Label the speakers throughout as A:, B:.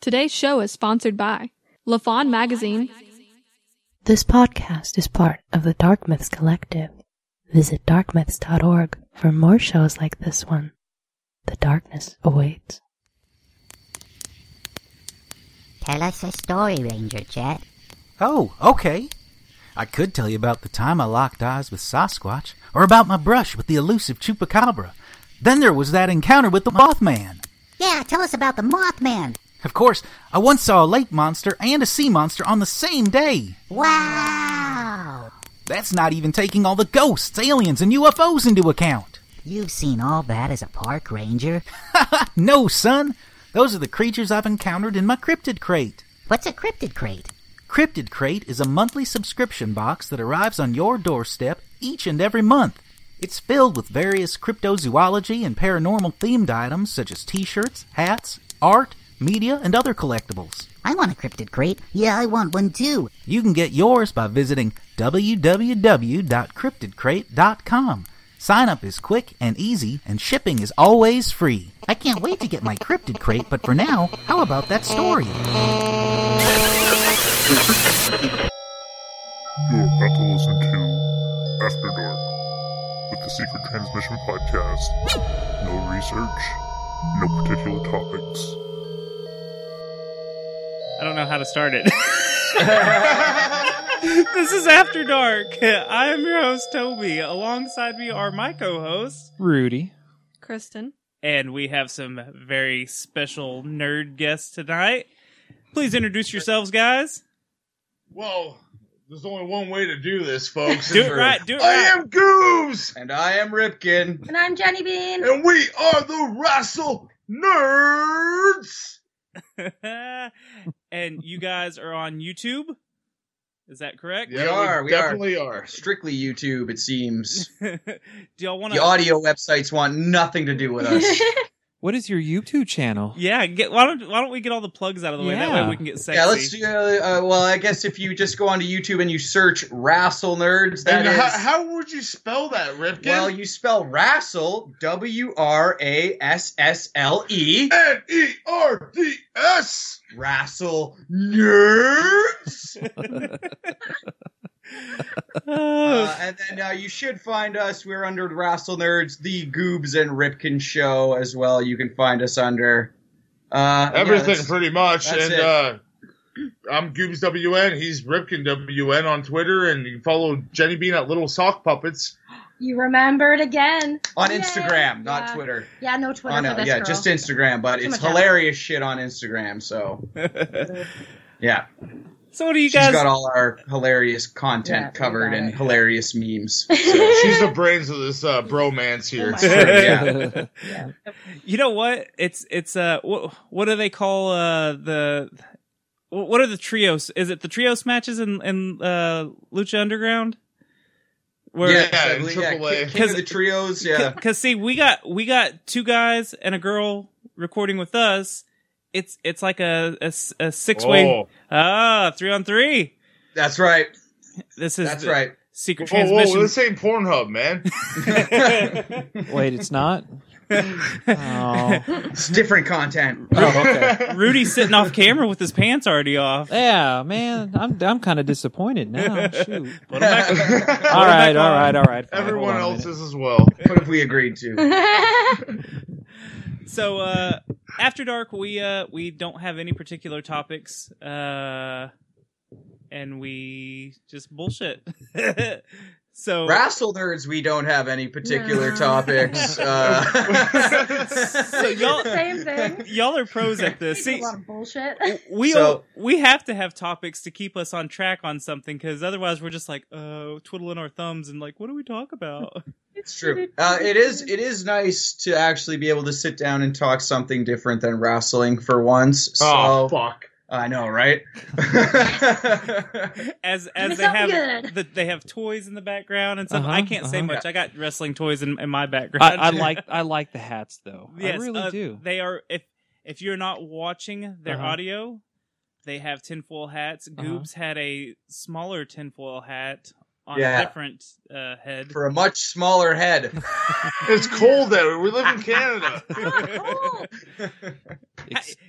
A: Today's show is sponsored by LaFon Magazine.
B: This podcast is part of the Dark Myths Collective. Visit darkmyths.org for more shows like this one. The darkness awaits.
C: Tell us a story, Ranger Jet.
D: Oh, okay. I could tell you about the time I locked eyes with Sasquatch, or about my brush with the elusive Chupacabra. Then there was that encounter with the Mothman.
C: Yeah, tell us about the Mothman.
D: Of course, I once saw a lake monster and a sea monster on the same day.
E: Ah.
C: Wow!
D: That's not even taking all the ghosts, aliens, and UFOs into account.
C: You've seen all that as a park ranger.
D: no, son. Those are the creatures I've encountered in my cryptid crate.
C: What's a cryptid crate?
D: Cryptid Crate is a monthly subscription box that arrives on your doorstep each and every month. It's filled with various cryptozoology and paranormal themed items such as t shirts, hats, art, media, and other collectibles.
C: I want a cryptid crate. Yeah, I want one too.
D: You can get yours by visiting www.cryptidcrate.com. Sign up is quick and easy, and shipping is always free. I can't wait to get my cryptid crate, but for now, how about that story?
F: You are about to listen to After Dark with the Secret Transmission Podcast. No research, no particular topics.
G: I don't know how to start it. this is After Dark. I'm your host, Toby. Alongside me are my co hosts,
H: Rudy.
A: Kristen.
G: and we have some very special nerd guests tonight. Please introduce yourselves, guys.
I: Well, there's only one way to do this, folks.
G: Do it right, do it
I: I
G: right.
I: am Goose,
J: And I am Ripkin.
E: And I'm Jenny Bean.
I: and we are the Wrestle Nerds.
G: and you guys are on YouTube? Is that correct?
J: Yeah. are, we are.
I: definitely are.
J: Strictly YouTube, it seems.
G: do y'all want
J: The audio websites want nothing to do with us.
H: What is your YouTube channel?
G: Yeah, get, why don't why don't we get all the plugs out of the way? That
H: Yeah.
G: way we can get sexy.
J: yeah, let's do. Uh, uh, well, I guess if you just go onto YouTube and you search Rassel Nerds, that
I: And
J: is.
I: how, how would you spell that, Ripkin?
J: well, you spell Rassel, W R A S S L E.
I: N E R D S.
J: Rassel Nerds. Uh, and then uh, you should find us. We're under Rassel Nerds, the Goobs and Ripkin Show as well. You can find us under. Uh, yeah,
I: Everything,
J: that's-
I: pretty much.
J: that's
I: and
J: it.
I: uh, I'm Goobs WN. He's Ripkin WN on Twitter, and you can follow Jenny Bean at Little Sock Puppets.
E: You remembered again.
J: on
E: Yay.
J: Instagram, not
E: Yeah.
J: Twitter.
E: Yeah, no Twitter
J: I know,
E: for this
J: yeah,
E: girl.
J: just Instagram, but
E: Too
J: it's
E: much effort.
J: hilarious shit on Instagram. So yeah,
G: so what do you
J: she's
G: guys
J: got all our hilarious content
E: Yeah, we
J: covered
E: got
J: and
E: it.
J: hilarious memes.
I: She's the brains of this uh, bromance here.
E: Oh my God.
J: Yeah.
G: You know what? It's it's uh what, what do they call uh the wh- what are the trios? Is it the trios matches in in uh Lucha Underground? Where
J: yeah,
I: Yeah,
J: I
I: in
J: believe-
I: AAA.
J: King- King
G: Cause-
J: of the trios. Yeah,
G: Cuz see, we got we got two guys and a girl recording with us. It's it's like a a, s- a six-way
I: Oh.
G: ah, 3 on 3.
J: that's right.
G: This is
J: That's
G: the
J: right.
G: Secret
I: Whoa,
G: transmission.
I: whoa, this ain't Pornhub, man.
H: Wait, it's not? Oh.
J: It's different content.
H: Oh, okay.
G: Rudy's sitting off camera with his pants already off.
H: Yeah, man. I'm I'm kind of disappointed now. Shoot.
G: Put 'em back-
H: All right, all right, all right. fine,
I: Everyone
H: hold on a
I: else
H: minute.
I: is as well.
J: What have we agreed
H: Uh-huh,
J: to?
G: so uh after dark we uh we don't have any particular topics uh and we just bullshit so
J: Rassel nerds, we don't have any particular
E: No.
J: topics. Uh,
G: so y'all
E: Same thing.
G: y'all are pros at this
E: It's
G: see
E: a lot of bullshit.
G: we
J: So-
G: we have to have topics to keep us on track on something because otherwise we're just like uh twiddling our thumbs and like what do we talk about
J: It's true. Uh, it is. It is nice to actually be able to sit down and talk something different than wrestling for once. So
I: oh, fuck.
J: I know, right?
G: as as
E: It's
G: they
E: not
G: have
E: good.
G: the, they have toys in the background and stuff
H: Uh-huh,
G: i can't say
H: uh-huh.
G: much i got wrestling toys in, in my
H: I,
G: background
H: I like I like the hats though. I
G: Yes,
H: really
G: uh,
H: do.
G: They are if if you're not watching their
H: Uh-huh.
G: audio, they have tinfoil hats.
H: Uh-huh.
G: Goobs had a smaller tinfoil hat on
J: Yeah.
G: a different uh, head.
J: for a much smaller head.
I: It's cold there. We live in Canada.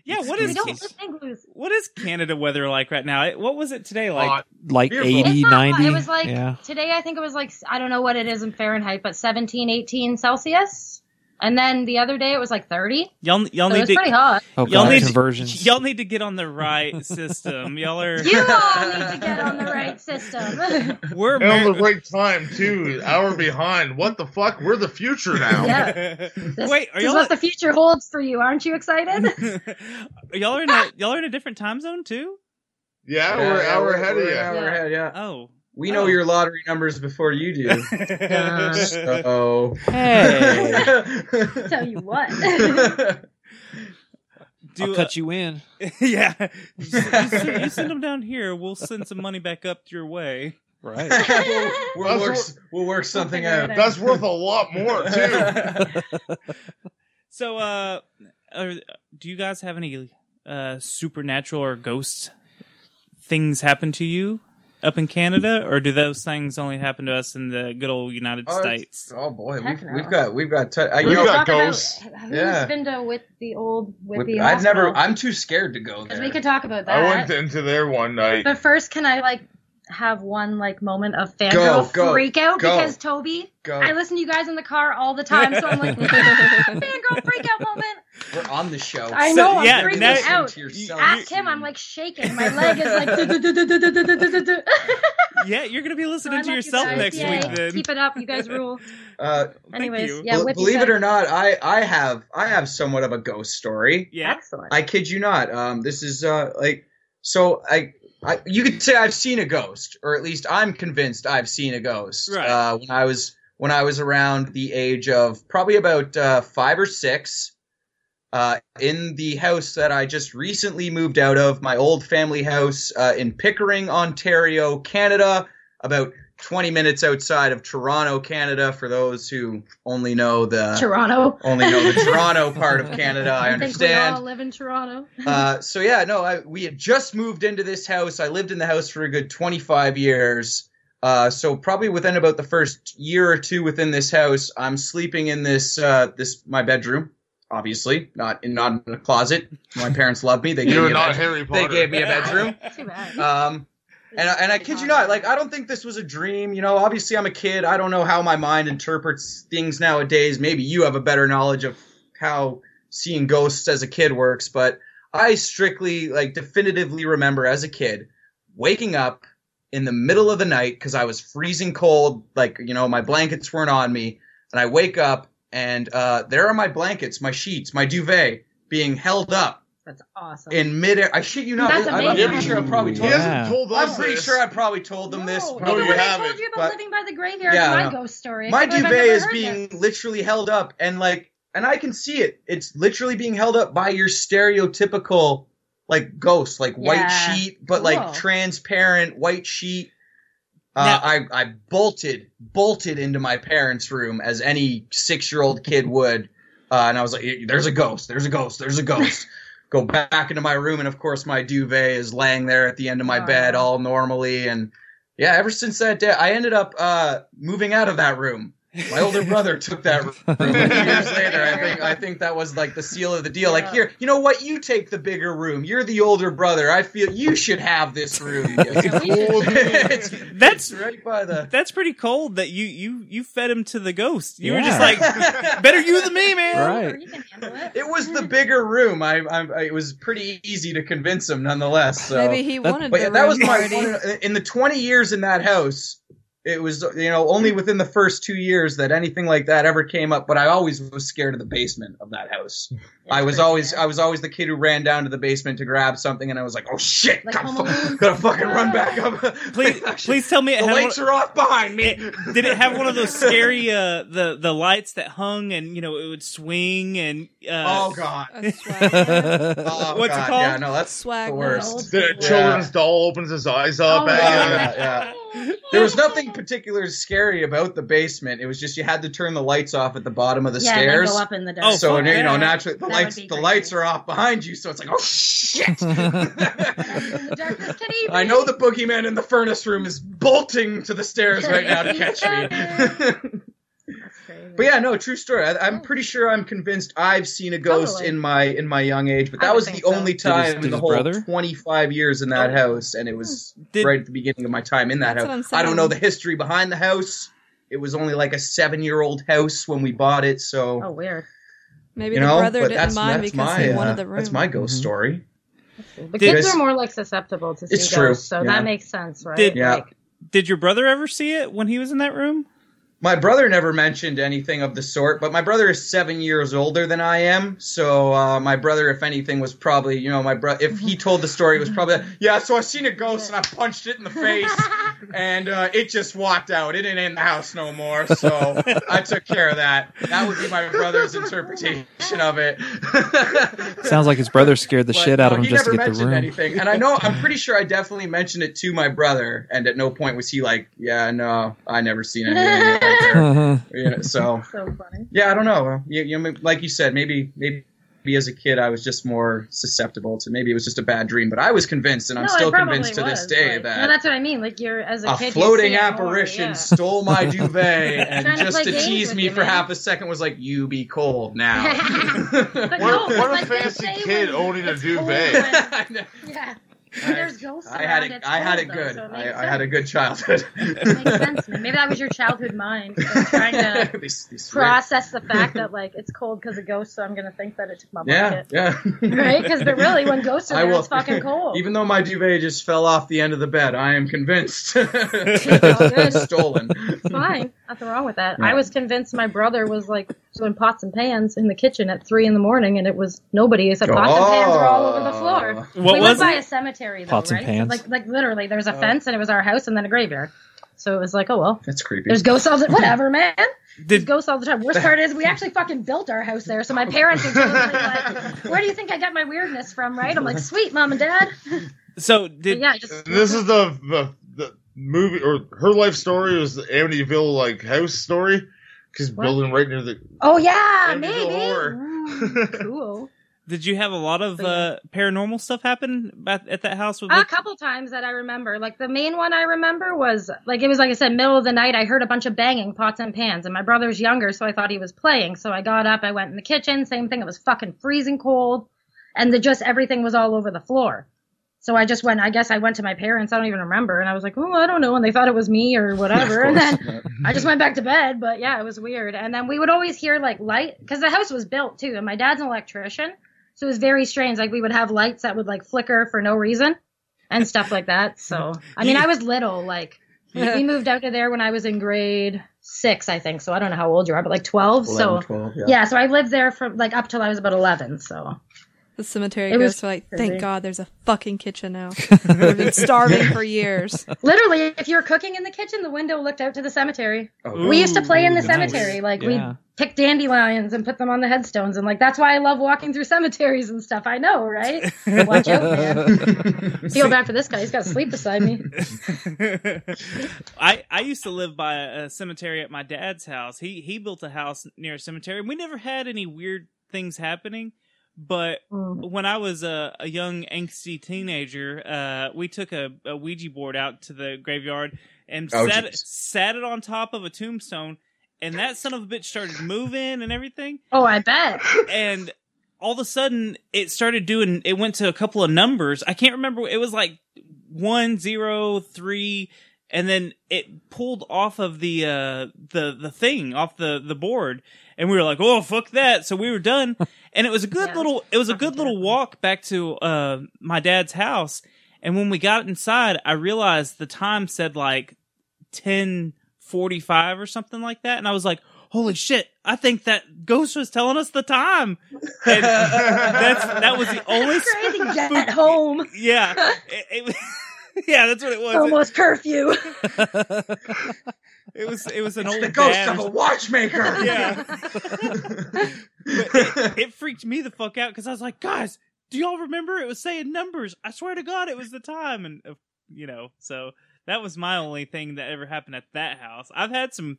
G: yeah, what
E: We
G: is
E: don't live in igloos.
G: what is Canada weather like right now? It- What was it today like?
I: Hot.
H: like
I: Beautiful.
H: eighty, ninety. 80,
E: It's not hot.
H: 90.
E: It was like
H: yeah.
E: today. I think it was like I don't know what it is in Fahrenheit, but 17, 18 Celsius. And then the other day it was like 30.
G: y'all y'all
E: So it
G: need
E: was
G: to
E: pretty hot.
H: Oh,
G: y'all
H: God,
G: need to-
H: conversions.
G: y'all need to get on the right system. Y'all are
E: You all need to get on the right system.
G: we're
I: And on
G: Amer-
I: the right time too. An Hour behind. What the fuck? We're the future now.
E: yeah. This,
G: wait are
E: this is
G: y'all
E: what the future holds for you. Aren't you excited?
G: y'all are in a y'all are in a different time zone too?
I: Yeah,
J: Yeah,
I: we're an
J: yeah,
I: hour
J: we're-
I: ahead
J: we're an
I: of
J: hour
E: Yeah.
J: ahead, yeah.
G: Oh,
J: We know
G: Oh.
J: your lottery numbers before you do. So.
H: Hey,
E: Tell you what.
G: do
H: I'll
G: uh,
H: cut you in.
G: yeah. You send, you send them down here. We'll send some money back up your way.
H: Right.
J: we'll, we'll
I: That's
J: work,
I: what-
J: we'll work something
E: We'll figure
J: out.
E: it
I: That's worth a lot more too.
G: So, uh, are, do you guys have any uh supernatural or ghost things happen to you up in Canada, or do those things only happen to us in the good old United
J: Oh,
G: States?
J: Oh boy,
E: Heck
J: we've,
E: no.
J: we've got we've got. T- I,
I: We've
J: you know,
I: got
E: Talk about
I: ghosts.
E: Who's
J: Yeah.
E: been to with the old
J: with-
E: Whitby
J: I've
E: Hospital?
J: never. I'm too scared to go
E: Because
J: there.
E: we could talk about that.
I: I went into there one night.
E: But first, can I like have one like moment of fangirl
J: go,
E: freak out
J: go.
E: because Toby,
J: go.
E: I listen to you guys in the car all the time, so I'm like fangirl freak out moment.
J: We're on the show.
E: I
G: So,
E: know I'm
G: yeah,
E: freaking
G: now-
E: out.
J: To yourself.
E: Ask him, I'm like shaking. My leg is like. du-du-du-du-du-du-du-du-du.
G: yeah, you're gonna be
E: So
G: listening
E: I
G: to
E: love you
G: yourself
E: guys.
G: next
E: Yay.
G: week. Then
E: Keep it up, you guys rule.
J: Uh,
G: Thank
E: Anyways,
G: you.
E: yeah,
J: bel-
E: Whitby
J: believe
E: said-
J: it or not, I I have I have somewhat of a ghost story.
G: Yeah.
E: excellent.
J: I kid you not. Um, this is uh like so I. I, you could say I've seen a ghost, or at least I'm convinced I've seen a ghost.
G: Right.
J: Uh, when I was when I was around the age of probably about uh, five or six, uh, in the house that I just recently moved out of, my old family house uh, in Pickering, Ontario, Canada, about 20 minutes outside of Toronto, Canada. For those who only know the
E: Toronto.
J: only know the Toronto part of Canada, I
E: Think we
J: understand
E: all live in Toronto.
J: uh, so yeah, no, I, we had just moved into this house. I lived in the house for a good 25 years. Uh, so probably within about the first year or two within this house, I'm sleeping in this uh, this my bedroom, obviously not in not in a closet. My parents love me. They gave
I: You're
J: me a
I: not
J: bedroom.
I: Harry
J: they
I: Potter.
J: gave me a bedroom.
E: Too bad.
J: Um, and I, and I kid you not, like I don't think this was a dream. You know, obviously I'm a kid. I don't know how my mind interprets things nowadays. Maybe you have a better knowledge of how seeing ghosts as a kid works, but I strictly like definitively remember as a kid waking up in the middle of the night because I was freezing cold. Like you know, my blankets weren't on me, and I wake up and uh, there are my blankets, my sheets, my duvet being held up
E: That's awesome.
J: in midair. I shit you not.
E: That's
J: I'm
E: amazing.
J: pretty sure I probably
I: He
J: told you.
H: Yeah.
I: hasn't told us
J: I'm pretty
I: this.
J: sure I probably told them this.
E: No,
I: No,
J: probably
E: even
I: you
E: when I
I: haven't,
E: told you
J: but-
E: about living by the graveyard,
J: Yeah,
E: my
J: I know.
E: ghost story. I
J: My
E: can't believe I've
J: duvet
E: never
J: is
E: heard
J: being
E: this.
J: literally held up, and like, and I can see it. It's literally being held up by your stereotypical like ghost, like white
E: Yeah.
J: sheet, but
E: Cool.
J: like transparent white sheet. Uh, I I bolted bolted into my parents' room as any six year old kid would, uh, and I was like, "There's a ghost! There's a ghost! There's a ghost!" Go back into my room, and of course, my duvet is laying there at the end of my
E: Aw.
J: bed, all normally, and yeah, ever since that day, I ended up uh, moving out of that room. My older brother took that room years later. I think I think that was like the seal of the deal. Like
E: Yeah.
J: here, you know what? You take the bigger room. You're the older brother. I feel you should have this room. it's,
G: That's
J: it's right by the.
G: that's pretty cold. That you you you fed him to the ghost. You were just
H: Yeah.
G: like, better you than me, man.
H: Right.
E: You can handle it.
J: It was the bigger room. I, I, I it was pretty easy to convince him, nonetheless. So.
A: Maybe he
H: That-
A: wanted
J: But
A: the
J: yeah, that was
A: room
J: my
A: already.
J: one- in the 20 years in that house. It was you know only within the first two years that anything like that ever came up. But I always was scared of the basement of that house. I was
E: pretty
J: always
E: bad.
J: I was always the kid who ran down to the basement to grab something, and I was like, oh shit,
E: Like
J: gotta,
E: Home
J: fu-
E: Alone?
J: gotta fucking run back up.
G: Please please tell me it
J: the
G: had one-
J: lights are off behind me.
G: It- did it have one of those scary uh the the lights that hung and you know it would swing and uh
J: oh god.
A: A swag.
J: Oh,
G: What's it
J: God.
G: called?
J: Yeah, no, that's
A: Swag
J: the
A: world.
J: worst.
I: The children's doll opens his eyes up.
E: Oh,
I: at
E: yeah.
I: you.
J: yeah, yeah. There was nothing particularly scary about the basement. It was just you had to turn the lights off at the bottom of the
E: yeah,
J: stairs.
E: They go up in the dark.
G: Oh,
J: so
G: fuck
J: you know
G: yeah.
J: naturally the
E: That
J: lights
E: would be
J: the
E: great.
J: lights are off behind you, so it's like oh shit.
E: In the darkness can even.
J: I know the boogeyman in the furnace room is bolting to the stairs right now to catch me.
E: That's crazy.
J: but yeah, no, true story. I, I'm pretty sure I'm convinced I've seen a ghost
E: Totally.
J: in my in my young age, but
E: I
J: that
E: would
J: was
E: think
J: the
E: so.
J: only
H: his-
J: time
H: did
J: in the
H: his
J: whole
H: brother?
J: 25 years in that house, and it was
G: Did-
J: right at the beginning of my time in that
A: Oh. That's what
J: house.
A: I'm
J: I don't know
A: saying.
J: the history behind the house. It was only like a seven year old house when we bought it, so
E: Oh, weird.
A: Maybe
J: you
A: the
J: know.
A: brother
J: but
A: didn't
J: that's
A: mind
J: that's
A: because
J: my
A: he wanted
J: uh,
A: the room.
J: that's my
H: Mm-hmm.
J: ghost story.
E: The
G: Did-
E: kids are more like susceptible to see
J: It's true,
E: ghosts, so
J: yeah.
E: that makes sense, right?
G: Did-
J: Yeah.
E: Like,
G: Did your brother ever see it when he was in that room?
J: My brother never mentioned anything of the sort, but my brother is seven years older than I am. So uh, my brother, if anything, was probably you know my brother. If he told the story, it was probably yeah. So I seen a ghost and I punched it in the face, and uh, it just walked out. It ain't in the house no more. So I took care of that. That would be my brother's interpretation of it.
H: Sounds like his brother scared the
J: But,
H: shit out of
J: no,
H: him
J: he
H: just to
J: never
H: get the
J: mentioned
H: room.
J: anything. And I know I'm pretty sure I definitely mentioned it to my brother, and at no point was he like, "Yeah, no, I never seen anything." either."
H: Uh-huh.
J: yeah, so
E: so funny.
J: yeah, I don't know. You, you know, like you said, maybe maybe as a kid I was just more susceptible to maybe it was just a bad dream, but I was convinced, and I'm
E: No, it
J: still
E: probably
J: convinced to this
E: was,
J: day
E: like- no,
J: that.
E: that's what I mean. Like you're as a,
J: a
E: kid, you
J: floating
E: see it more,
J: apparition
E: yeah.
J: stole my duvet and
E: Trying to
J: just
E: play
J: to
E: games
J: tease
E: with
J: me
E: you,
J: for
E: man.
J: half a second was like, "You be cold now."
E: But
J: I
E: no,
I: What-
E: it's
I: what a
E: like they
I: fancy
E: say
I: kid
E: when
I: owning a
E: it's cold
I: duvet.
E: when-
J: know.
E: yeah,
J: I-
E: when there's ghosts.
J: I had
E: around,
J: it.
E: it's
J: I had
E: cold,
J: it
E: though,
J: good.
E: so it makes
J: I, I had a
E: sense.
J: good childhood.
E: Makes sense. to me. Maybe that was your childhood mind like, trying to
J: These- these weird-
E: process the fact that like it's cold because of ghosts, so I'm gonna think that it took my
J: Yeah,
E: blanket.
J: yeah.
E: Right? Because really, when ghosts are
J: I
E: there,
J: will.
E: it's fucking cold.
J: Even though my duvet just fell off the end of the bed, I am convinced.
E: all good.
J: Stolen.
E: fine. Nothing wrong with that. I was convinced my brother was like doing pots and pans in the kitchen at three in the morning, and it was nobody except pots and pans were all over the floor.
J: Oh.
G: What
E: we
G: was
E: lived by
G: it?
E: a cemetery, though,
H: Pots and
E: right?
H: pans.
E: Like, like literally, there was a fence, and it was our house, and then a graveyard. So it was like, oh well,
J: That's creepy.
E: there's ghosts all the whatever, man. There's
G: Did
E: ghosts all the time. Worst part is we actually fucking built our house there, so my parents are totally like, "Where do you think I got my weirdness from?" Right? I'm like, "Sweet, mom and dad."
G: so
E: But
G: did
E: yeah, just
I: This is the, the the movie or her life story was the Amityville like house story because
E: What?
I: building right near the
E: oh yeah,
I: Amityville
E: maybe.
I: horror.
E: Mm, cool.
G: did you have a lot of uh, paranormal stuff happen at, at that house? With,
E: A couple times that I remember. Like the main one I remember was like it was like I said, middle of the night. I heard a bunch of banging pots and pans, and my brother's younger, so I thought he was playing. So I got up, I went in the kitchen. Same thing. It was fucking freezing cold, and the just everything was all over the floor. So I just went. I guess I went to my parents. I don't even remember, and I was like, "Oh, I don't know," and they thought it was me or whatever. and then I just went back to bed, but yeah, it was weird. And then we would always hear like light because the house was built too, and my dad's an electrician, so it was very strange. Like we would have lights that would like flicker for no reason and stuff like that. So I mean, I was little. Like we moved out of there when I was in grade six, I think. So I don't know how old you are, but like twelve.
J: 11,
E: so
J: 12, yeah.
E: yeah. so I lived there from like up till I was about eleven. So
A: The cemetery
E: It was
A: ghosts were like,
E: crazy.
A: thank God there's a fucking kitchen now. We've been starving for years.
E: literally, if you were cooking in the kitchen, the window looked out to the cemetery.
J: Oh,
E: we used to play in the
H: Ooh,
E: cemetery.
H: nice.
E: Like
H: Yeah.
E: we pick dandelions and put them on the headstones, and like that's why I love walking through cemeteries and stuff. I know, right? But Watch out, man. Feel bad for this guy. He's got to sleep beside me.
G: I I used to live by a cemetery at my dad's house. He he built a house near a cemetery, and we never had any weird things happening. But
E: Mm.
G: when I was a, a young angsty teenager, uh, we took a, a Ouija board out to the graveyard and
J: Oh,
G: sat it,
J: jeez.
G: sat it on top of a tombstone, and that son of a bitch started moving and everything,
E: Oh, I bet.
G: and all of a sudden it started doing. It went to a couple of numbers. I can't remember. It was like one zero three, and then it pulled off of the uh, the the thing off the the board, and we were like, "Oh fuck that!" So we were done, and it was a good
E: Yeah,
G: little it was a
E: fucking
G: good little
E: terrifying.
G: walk back to uh, my dad's house. And when we got inside, I realized the time said like ten forty five or something like that, and I was like, "Holy shit!" I think that ghost was telling us the time. And that's that was the only sp-
E: Crazy. Get home.
G: yeah it, it, yeah that's what it was. It-
E: Almost curfew.
G: It, was it was an old
J: the ghost
G: dad or
J: of a watchmaker.
G: yeah. But it, it freaked me the fuck out because I was like, guys, do y'all remember it was saying numbers? I swear to God, it was the time, and uh, you know, so That was my only thing that ever happened at that house. I've had some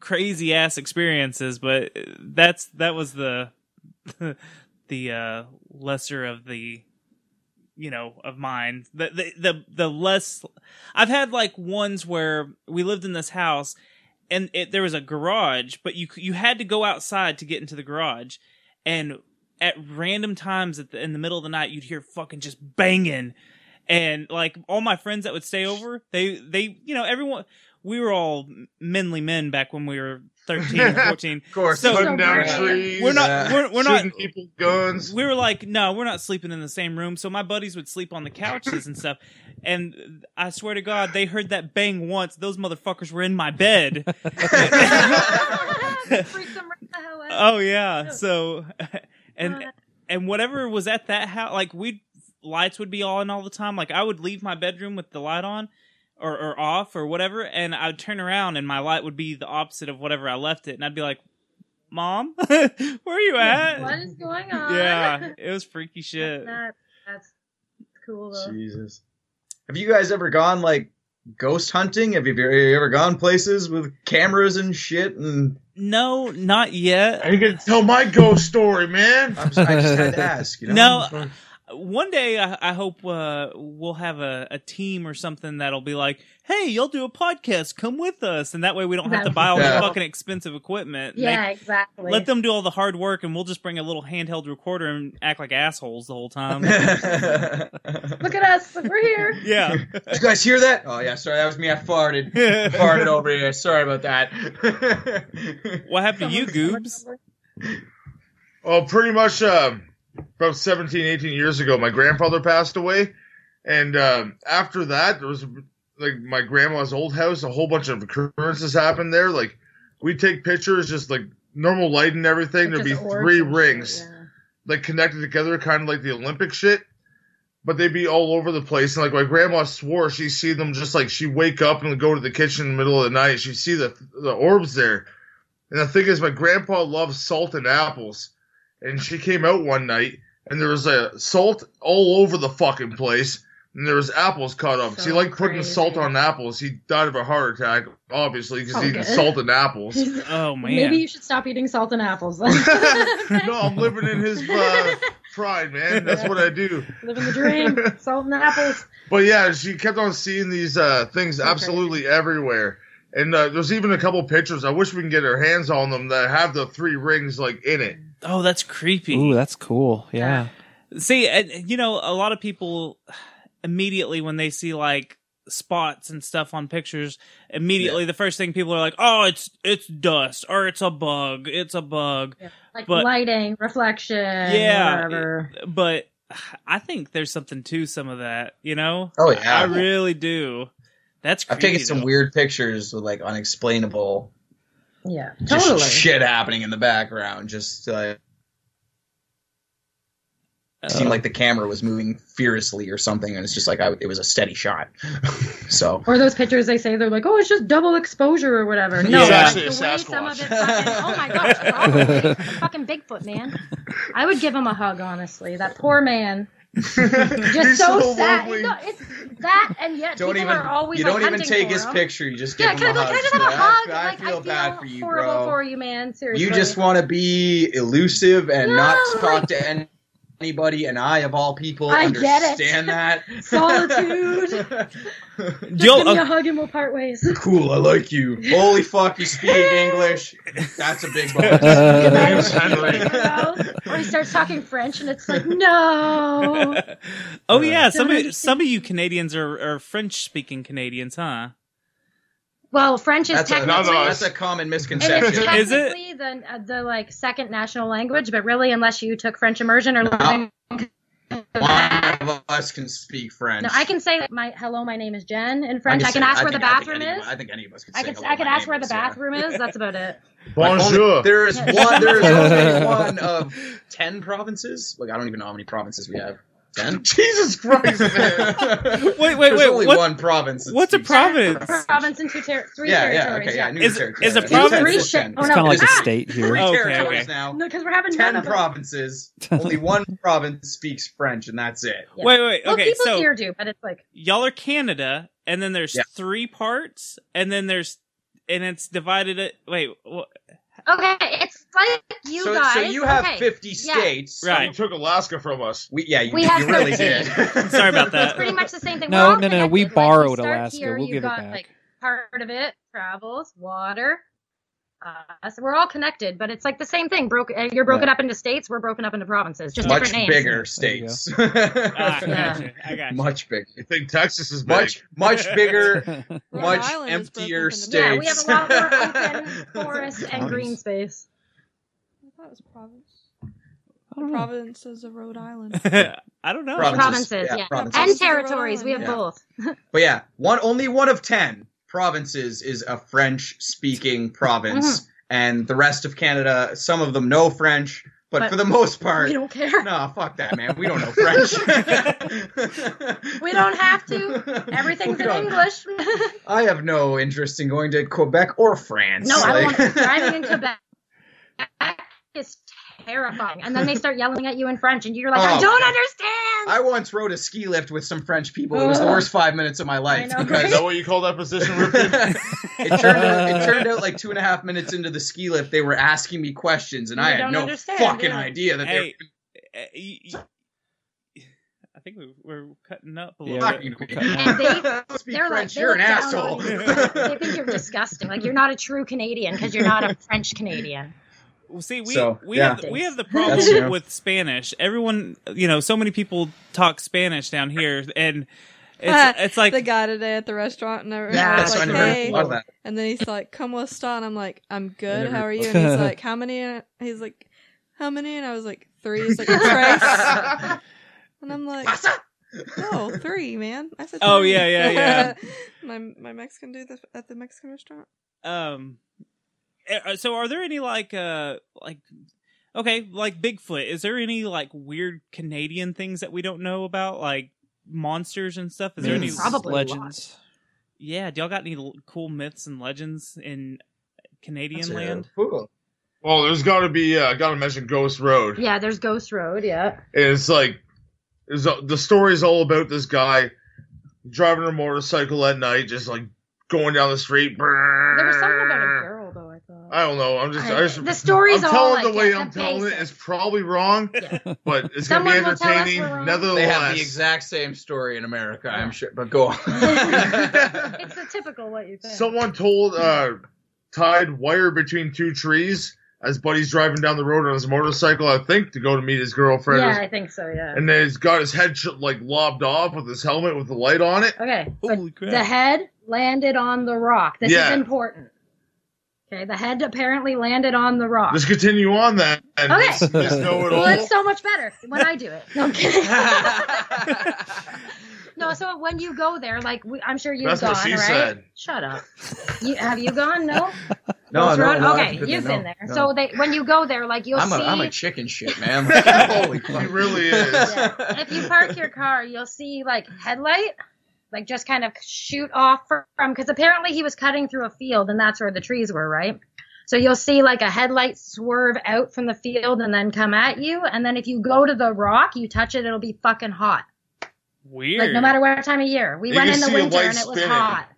G: crazy ass experiences, but that's that was the the uh, lesser of the you know of mine. The, the the the less I've had like ones where we lived in this house and it, there was a garage, but you you had to go outside to get into the garage, and at random times at the, in the middle of the night you'd hear fucking just banging and like all my friends that would stay over they they you know everyone we were all manly men back when we were 13 or 14
I: Of course,
G: So-
I: cutting down
E: Yeah.
I: trees.
G: we're not
J: Yeah.
G: we're, we're not
I: shooting people with guns.
G: we were like, no, we're not sleeping in the same room. So my buddies would sleep on the couches and stuff. And I swear to God, they heard that bang once. Those motherfuckers were in my bed.
E: Freak them right the hell out.
G: oh yeah. So, and and whatever was at that house, like we lights would be on all the time. Like I would leave my bedroom with the light on or, or off or whatever, and I would turn around and my light would be the opposite of whatever I left it, and I'd be like, "Mom, where are you at?"
E: What is going on?
G: Yeah, it was freaky shit.
E: That, that's cool though.
J: Jesus. Have you guys ever gone like ghost hunting? Have you, have you ever gone places with cameras and shit? And
G: No, not yet.
I: I ain't gonna tell my ghost story, man.
J: I'm just, I just had to ask. You know?
G: No, One day, I, I hope uh, we'll have a, a team or something that'll be like, "Hey, y'all do a podcast. Come with us," and that way we don't have to buy all
J: Yeah.
G: the fucking expensive equipment.
E: Yeah,
G: They-
E: exactly.
G: let them do all the hard work, and we'll just bring a little handheld recorder and act like assholes the whole time.
E: Look at us. We're here.
G: yeah.
J: Did you guys hear that? Oh yeah, sorry, that was me. I farted. farted over here. Sorry about that.
G: What happened to you, Goobs?
I: Well, pretty much um, about 17, 18 years ago, my grandfather passed away. And um, after that, there was like my grandma's old house, a whole bunch of occurrences happened there. Like we take pictures, just like normal light and everything. There'd be
E: Just orbs
I: three
E: and shit,
I: rings
E: yeah.
I: like connected together, kind of like the Olympic shit. But they'd be all over the place. And like my grandma swore she'd see them just like she'd wake up and go to the kitchen in the middle of the night. She'd see the, the orbs there. And the thing is, my grandpa loves salt and apples. And she came out one night and there was a salt all over the fucking place. And there was apples cut up.
E: So
I: she liked putting
E: crazy.
I: salt on apples. He died of a heart attack, obviously, because
E: Oh,
I: he eating
E: good.
I: salt and apples.
G: Oh man.
E: Maybe you should stop eating salt and apples. then.
I: no, I'm living in his uh, pride, man. That's what I do.
E: Living the dream. Salt and apples.
I: But yeah, she kept on seeing these uh, things absolutely everywhere. And uh, there's even a couple pictures. I wish we can get our hands on them that have the three rings like in it.
G: oh, that's creepy.
H: Ooh, that's cool. Yeah.
G: See, and, you know, a lot of people immediately when they see like spots and stuff on pictures, immediately the first thing people are like, "Oh, it's it's dust or it's a bug. It's a bug."
E: Like
G: But-
E: lighting, reflection,
G: Yeah.
E: whatever.
G: But I think there's something to some of that, you know?
J: Oh, yeah.
G: I really do. That's
J: I've
G: creepy,
J: taken some
G: though.
J: weird pictures with like unexplainable
E: Yeah.
J: just
E: Totally.
J: shit happening in the background. Just uh,
G: Uh,
J: it seemed like the camera was moving furiously or something, and it's just like I, it was a steady shot. so
E: Or those pictures they say they're like, oh, it's just double exposure or whatever. No,
G: Yeah.
E: like,
I: It's actually
E: the
I: a
E: way some of
I: Sasquatch.
E: it fucking, oh my gosh, probably. It's fucking Bigfoot, man. I would give him a hug, honestly. That poor man. Just
I: He's
E: so,
I: so
E: sad.
I: lonely.
E: No, it's that, and yet
J: don't
E: people
J: even
E: are always
J: you don't
E: like,
J: even
E: hunting
J: take
E: for
J: his
E: him.
J: picture. You just give
E: Yeah,
J: him
E: can
J: a
E: I, like,
J: hug.
E: can I just
J: Just
E: have a
J: be
E: hug?
J: I,
E: like,
J: I feel bad for you,
E: horrible
J: bro.
E: for you, man. Seriously.
J: You just want to be elusive and
E: No,
J: not talk
E: like-
J: to any, anybody, and I, of all people,
E: I get it.
J: understand that.
E: Solitude.
G: do
E: Just
G: y'all-
E: give me
G: uh,
E: a hug and we'll part ways.
J: cool, I like you. Holy fuck, you speak English. That's a big bonus.
E: Your
H: Yeah.
I: name's
E: Henry.
I: Henry.
E: Or he starts talking French, and it's like, no.
G: oh yeah, some of,
E: understand.
G: some of you Canadians are, are French speaking Canadians, huh?
E: Well, French is
J: That's a,
E: technically.
I: no,
J: that's a common
E: and it's
J: misconception.
E: technically
G: Is it?
E: the uh, the like second national language, but really, unless you took French immersion or
J: No.
E: no,
J: One of us can speak French.
E: I can say my hello, my name is Jen in French. I
J: say-
E: can ask where the
J: think-
E: bathroom
J: I think any-
E: is.
J: I think any of us can.
E: I
J: say
E: can
J: hello,
E: I can
J: my
E: ask
J: name
E: where the
J: is, yeah.
E: bathroom is. That's about it.
J: Like, only-
I: Bonjour.
J: There is one. There is only one of ten provinces. Like I don't even know how many provinces we have. Ten.
I: Jesus Christ, man.
G: Wait, wait,
J: There's
G: wait.
J: only
G: what-
J: one province.
G: what's a province?
E: province and two ter- three
J: Yeah, yeah,
E: territories.
J: okay, yeah. I knew
G: Is-
J: territories.
G: is a
J: It's
G: province-
J: ten-
E: Three
J: it's
E: shit-
J: ten.
E: oh,
H: It's
E: no.
H: kind of like a
E: Ah!
H: state
J: Three
H: here.
G: Okay,
J: territories
G: okay.
J: now.
E: No, because we're having none
J: Ten
E: of them.
J: provinces. Only one province speaks French, and that's it.
E: Yeah.
G: Wait, wait.
E: Well,
G: Okay,
E: people
G: so
E: here do, but it's like
G: y'all are Canada, and then there's
J: Yeah.
G: three parts, and then there's and it's divided. At, wait, what?
E: okay, it's like you
J: so,
E: guys.
J: so you have
E: okay.
J: 50
E: yeah.
J: states.
G: Right.
I: You took Alaska from us.
J: We, yeah, you,
E: We
J: you
E: have
J: really
E: 50.
J: did.
G: Sorry about that.
E: It's pretty much the same thing.
H: No,
E: We're all
H: no, no, no, we
E: connected. Like, you
H: borrowed
E: start
H: Alaska.
E: here,
H: We'll
E: you
H: give it
E: got,
H: back.
E: Like, part of it travels water. Uh, so we're all connected, but it's like the same thing. Broke, uh, you're broken
H: Right.
E: up into states. We're broken up into provinces. Just
J: Much
E: different names.
J: bigger
H: There you go.
J: states.
G: Ah, I
E: Yeah.
G: got you. I got you.
J: much bigger.
I: You think Texas is big?
J: Much, much bigger.
A: Rhode Island
J: much
A: is broken
J: emptier
A: into-
J: state.
E: Yeah, we have a lot more open forest and
H: Counties.
E: green space.
A: I thought it was province.
H: I
A: The
H: don't know.
A: provinces of Rhode Island.
G: I don't know.
J: Provinces.
E: Provinces,
J: yeah,
E: yeah,
J: provinces.
E: and territories. We have
J: Yeah.
E: both.
J: But yeah, one only one of ten provinces is a French
E: Mm-hmm.
J: speaking province, and the rest of Canada, some of them know French, but,
E: But
J: for the most part,
E: We don't care.
J: no, fuck that, man. We don't know French.
E: We don't have to. Everything's
J: We
E: in
J: don't-
E: English.
J: I have no interest in going to Quebec or France.
E: No, I don't want
J: Like-
E: driving in Quebec. It's terrifying. And then they start yelling at you in French, and you're like,
J: Oh.
E: I don't understand.
J: I once rode a ski lift with some French people. It was the worst five minutes of my life
E: know,
J: because
I: Is that what you call that position, Ripton?
J: it turned out, it turned out like two and a half minutes into the ski lift, they were asking me questions, and
E: You
J: I had
E: don't
J: no
E: understand,
J: fucking
E: yeah.
J: idea that
G: Hey,
J: they
G: uh, y- y- I think we, we're cutting up a
H: Yeah,
G: little
H: we're-
G: bit.
J: Fucking
H: we're
J: great.
H: cutting out.
E: And they-
J: were speak
E: they're like,
J: French.
E: they
J: You're
E: look
J: an
E: down
J: asshole.
E: on you. they think you're disgusting. Like you're not a true Canadian because you're not a French Canadian.
G: Well, see, we
J: So,
G: we
J: yeah.
G: have we have the
J: That's true.
G: problem with Spanish. Everyone, you know, so many people talk Spanish down here, and it's it's like
A: the guy today at the restaurant, and everyone
E: Yeah,
A: was
J: so I
A: like,
J: never
A: "Hey,"
J: thought of that.
A: and then he's like, "Como está?" and I'm like, "I'm good.
J: never-
A: How are you?" And he's like, "How many?" And he's like, "How many?" and I was like, three. He's like, "Tres," and I'm like, "No, three, man." I said,
G: Oh,
A: three."
G: yeah, yeah, yeah.
A: my my Mexican dude that's at the Mexican restaurant.
G: um. uh, So, are there any like uh like okay like Bigfoot? Is there any like weird Canadian things that we don't know about, like monsters and stuff? Is there any?
E: Myths. Probably a lot.
H: legends?
G: Yeah, do y'all got any l- cool myths and legends in Canadian land?
J: Cool.
I: Well, there's got to be. Uh, got to mention Ghost Road.
E: Yeah, there's Ghost Road. Yeah,
I: And it's like, it's, uh, the story's all about this guy driving a motorcycle at night, just like going down the street.
E: there was something about a girl though. I thought.
I: I don't know. I'm just. I,
E: I-
I: just
E: the story's
I: I'm
E: all,
I: telling
E: like,
I: the way
E: yeah,
I: I'm
E: the
I: telling it.
E: basics.
I: It's probably wrong, but it's gonna be
E: Someone will tell us
I: entertaining.
E: we're wrong.
I: Nevertheless,
J: They have the exact same story in America, I'm sure. But go on.
E: it's the typical what you think.
I: Someone told uh, tied wire between two trees as Buddy's driving down the road on his motorcycle, I think, to go to meet his girlfriend.
E: yeah, I think so. Yeah.
I: And then he's got his head sh- like lobbed off with his helmet with the light on it.
E: Okay. but
G: Holy crap!
E: the head landed on the rock. This
I: Yeah.
E: is important. Okay, the head apparently landed on the rock.
I: Just continue on that and
E: Okay.
I: just, just know it all.
E: Well, it's so much better when I do it. No, I'm kidding. no, so when you go there, like we, I'm sure you've
I: That's
E: gone,
I: what she
E: right?
I: said.
E: Shut up. You, have you gone? No.
J: no,
E: Those
J: no,
E: road-
J: no, I've
E: okay,
J: been
E: you've
J: there,
E: been
J: no,
E: there.
J: no.
E: So they, when you go there, like you'll
J: I'm a,
E: see.
J: I'm a chicken shit, man. Like, holy
I: he
J: fuck.
I: really is.
E: Yeah. if you park your car, you'll see like headlight, like just kind of shoot off from because apparently he was cutting through a field and that's where the trees were, right? So you'll see like a headlight swerve out from the field and then come at you, and then if you go to the rock, you touch it, it'll be fucking hot.
G: Weird.
E: Like no matter what time of year, we
I: You
E: went
I: can
E: in the
I: see a
E: winter
I: light
E: and it was
I: spinning.
E: hot.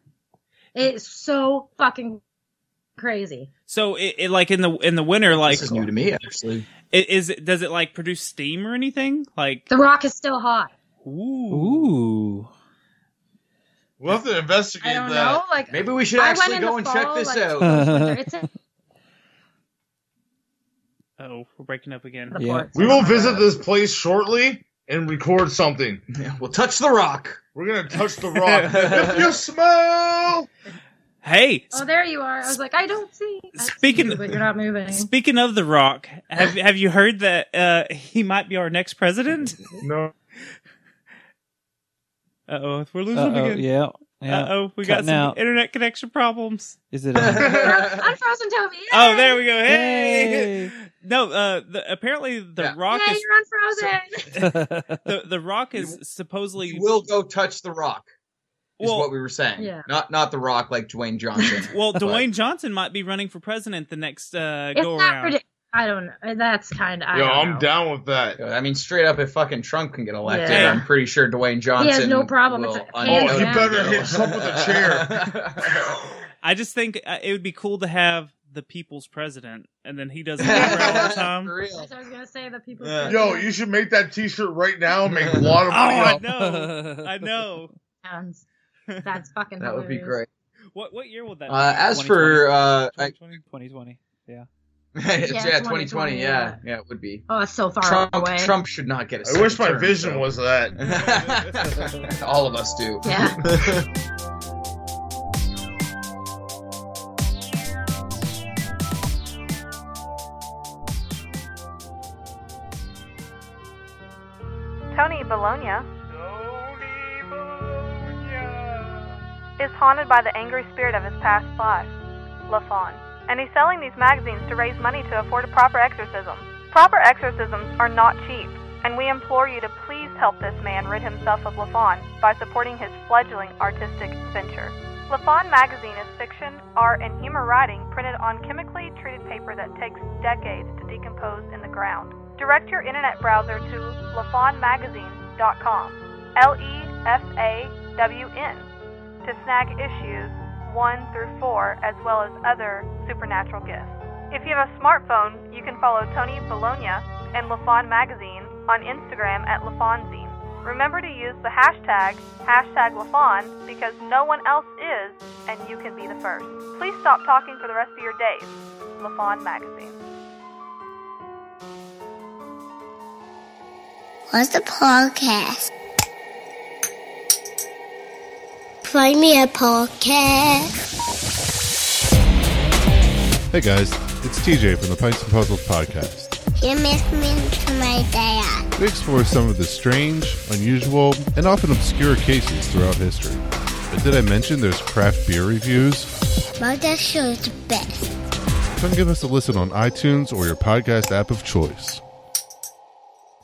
E: It's so fucking crazy.
G: so, it, it like in the in the winter, like
J: This is new to me, actually.
G: It is it does it like produce steam or anything? Like
E: The rock is still hot.
G: ooh,
H: Ooh,
I: We'll have to investigate
E: I don't
I: that.
E: know. Like
J: Maybe we should
E: I went
J: actually
E: in the
J: go and check
E: fall,
J: this
E: like-
J: out.
E: it's in
G: oh, we're breaking up again.
E: the
H: Yeah.
E: ports.
I: We will visit this place shortly and record something.
J: Yeah, we'll touch the rock.
I: We're gonna touch the rock. if you smell,
G: Hey,
E: Oh, there you are. I was like, I don't see. I see
G: Speaking-
E: you, but you're not moving.
G: speaking of the Rock, have have you heard that uh, he might be our next president?
I: no.
G: Uh oh, we're losing him
H: Uh-oh,
G: again.
H: yeah, yeah.
G: Uh oh, we got
H: Cutting
G: some
H: out.
G: internet connection problems.
H: Is it? uh, on?
E: Unfrozen Toby.
G: Oh, there we go. Hey,
H: Yay.
G: no, uh, the, apparently the
J: Yeah.
G: Rock
E: Yay,
G: is
E: you're on Frozen.
G: the, the Rock is supposedly
J: You will go touch the rock. Is
G: Well-
J: what we were saying.
E: Yeah.
J: Not not the rock like Dwayne Johnson.
G: well.
J: But-
G: Dwayne Johnson might be running for president the next uh,
E: it's
G: go
E: not
G: around.
E: ridiculous. I don't know. That's kind of.
I: Yo, I'm down with that.
J: I mean, straight up, if fucking Trump can get elected,
G: Yeah.
J: I'm pretty sure Dwayne Johnson.
E: no problem.
J: will
E: It's a-
J: un-
E: hands
I: Oh, he
E: down.
I: better hit Trump with a
J: chair.
G: I just think uh, it would be cool to have the people's president, and then he does it for all the
J: For
G: time.
J: real.
E: I was gonna say that people.
J: Yeah.
I: Yo, you should make that T-shirt right now. and Make a lot
G: Oh,
I: of money.
G: I
I: off-
G: know, I know.
E: Sounds- That's fucking.
J: That would be
E: hilarious.
J: great.
G: What what year would that?
J: Uh, as for uh, I,
H: 2020.
J: it's- yeah, 2020,
E: 2020,
J: yeah, yeah, it would be.
E: Oh, that's so far
J: Trump,
E: away.
J: Trump should not get a
I: I wish
J: second
I: my
J: term,
I: vision
J: though.
I: was that.
J: All of us do.
E: Yeah.
B: Tony Bologna is haunted by the angry spirit of his past life, LaFon, and he's selling these magazines to raise money to afford a proper exorcism. Proper exorcisms are not cheap, and we implore you to please help this man rid himself of LaFon by supporting his fledgling artistic venture. LaFon magazine is fiction, art, and humor writing printed on chemically treated paper that takes decades to decompose in the ground. Direct your internet browser to lafonmagazine.com, L E F A W N, to snag issues 1 through 4 as well as other supernatural gifts. If you have a smartphone, you can follow Tony Bologna and LaFon Magazine on Instagram at LaFonzine. Remember to use the hashtag, hashtag LaFon, because no one else is, and you can be the first. Please stop talking for the rest of your days. LaFon Magazine.
K: What's the podcast? Play me a podcast.
L: Hey guys, it's TJ from the Pints and Puzzles podcast.
K: You miss me to my dad.
L: We explore some of the strange, unusual, and often obscure cases throughout history. But did I mention there's craft beer reviews?
K: But that show is the best.
L: Come give us a listen on iTunes or your podcast app of choice.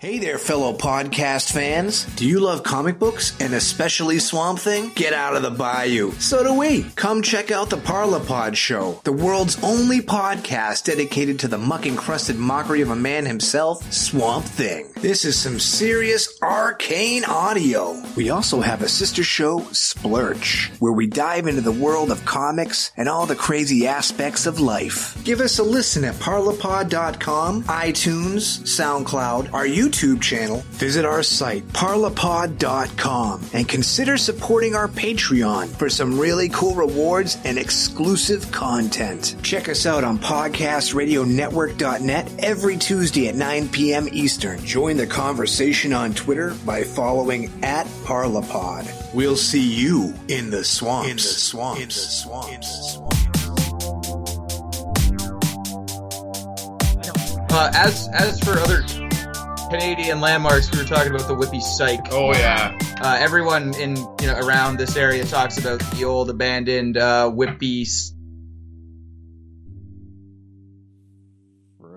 M: Hey there, fellow podcast fans. Do you love comic books and especially Swamp Thing? Get out of the bayou. So do we. Come check out the Parlapod Show, the world's only podcast dedicated to the muck encrusted mockery of a man himself, Swamp Thing. This is some serious arcane audio. We also have a sister show, Splurch, where we dive into the world of comics and all the crazy aspects of life. Give us a listen at parlapod.com, iTunes, SoundCloud, our YouTube channel. Visit our site, parlapod.com, and consider supporting our Patreon for some really cool rewards and exclusive content. Check us out on podcastradionetwork.net every Tuesday at 9 p.m. Eastern. Join the conversation on Twitter by following at parlapod. We'll see you in the swamps. In the swamps. In the swamps. In the swamps.
J: Uh, as as for other Canadian landmarks, we were talking about the Whippy Psych.
I: Oh yeah.
J: Uh, everyone in you know around this area talks about the old abandoned uh, Whippy. s-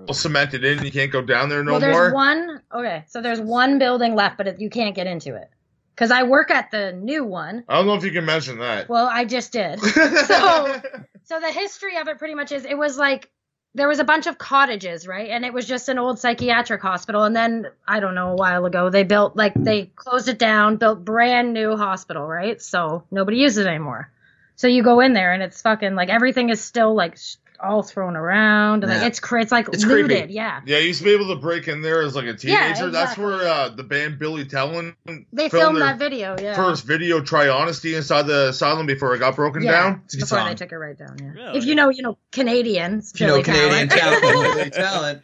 I: All cemented in. You can't go down there no
E: well, there's
I: more.
E: one. Okay, so there's one building left, but it, you can't get into it because I work at the new one.
I: I don't know if you can mention that.
E: Well, I just did. so, so the history of it pretty much is it was like there was a bunch of cottages, right? And it was just an old psychiatric hospital. And then I don't know a while ago they built like they closed it down, built brand new hospital, right? So nobody uses it anymore. So you go in there and it's fucking like everything is still like sh- all thrown around and
J: Yeah.
E: like it's cr- it's like
J: It's creepy.
E: looted, yeah.
I: Yeah, you used to be able to break in there as like a teenager.
E: Yeah,
I: That's
E: exactly.
I: where uh, the band Billy Talon
E: They
I: filmed
E: filmed
I: their
E: that video, yeah.
I: first video, Try Honesty, inside the asylum before it got broken
E: yeah,
I: down.
J: a good
E: before
J: song.
E: they took it right down. Yeah.
G: Really?
E: If you know, you know, Canadians.
J: You know,
E: Billy
J: Canadian
E: Talent.
J: talent. Billy talent.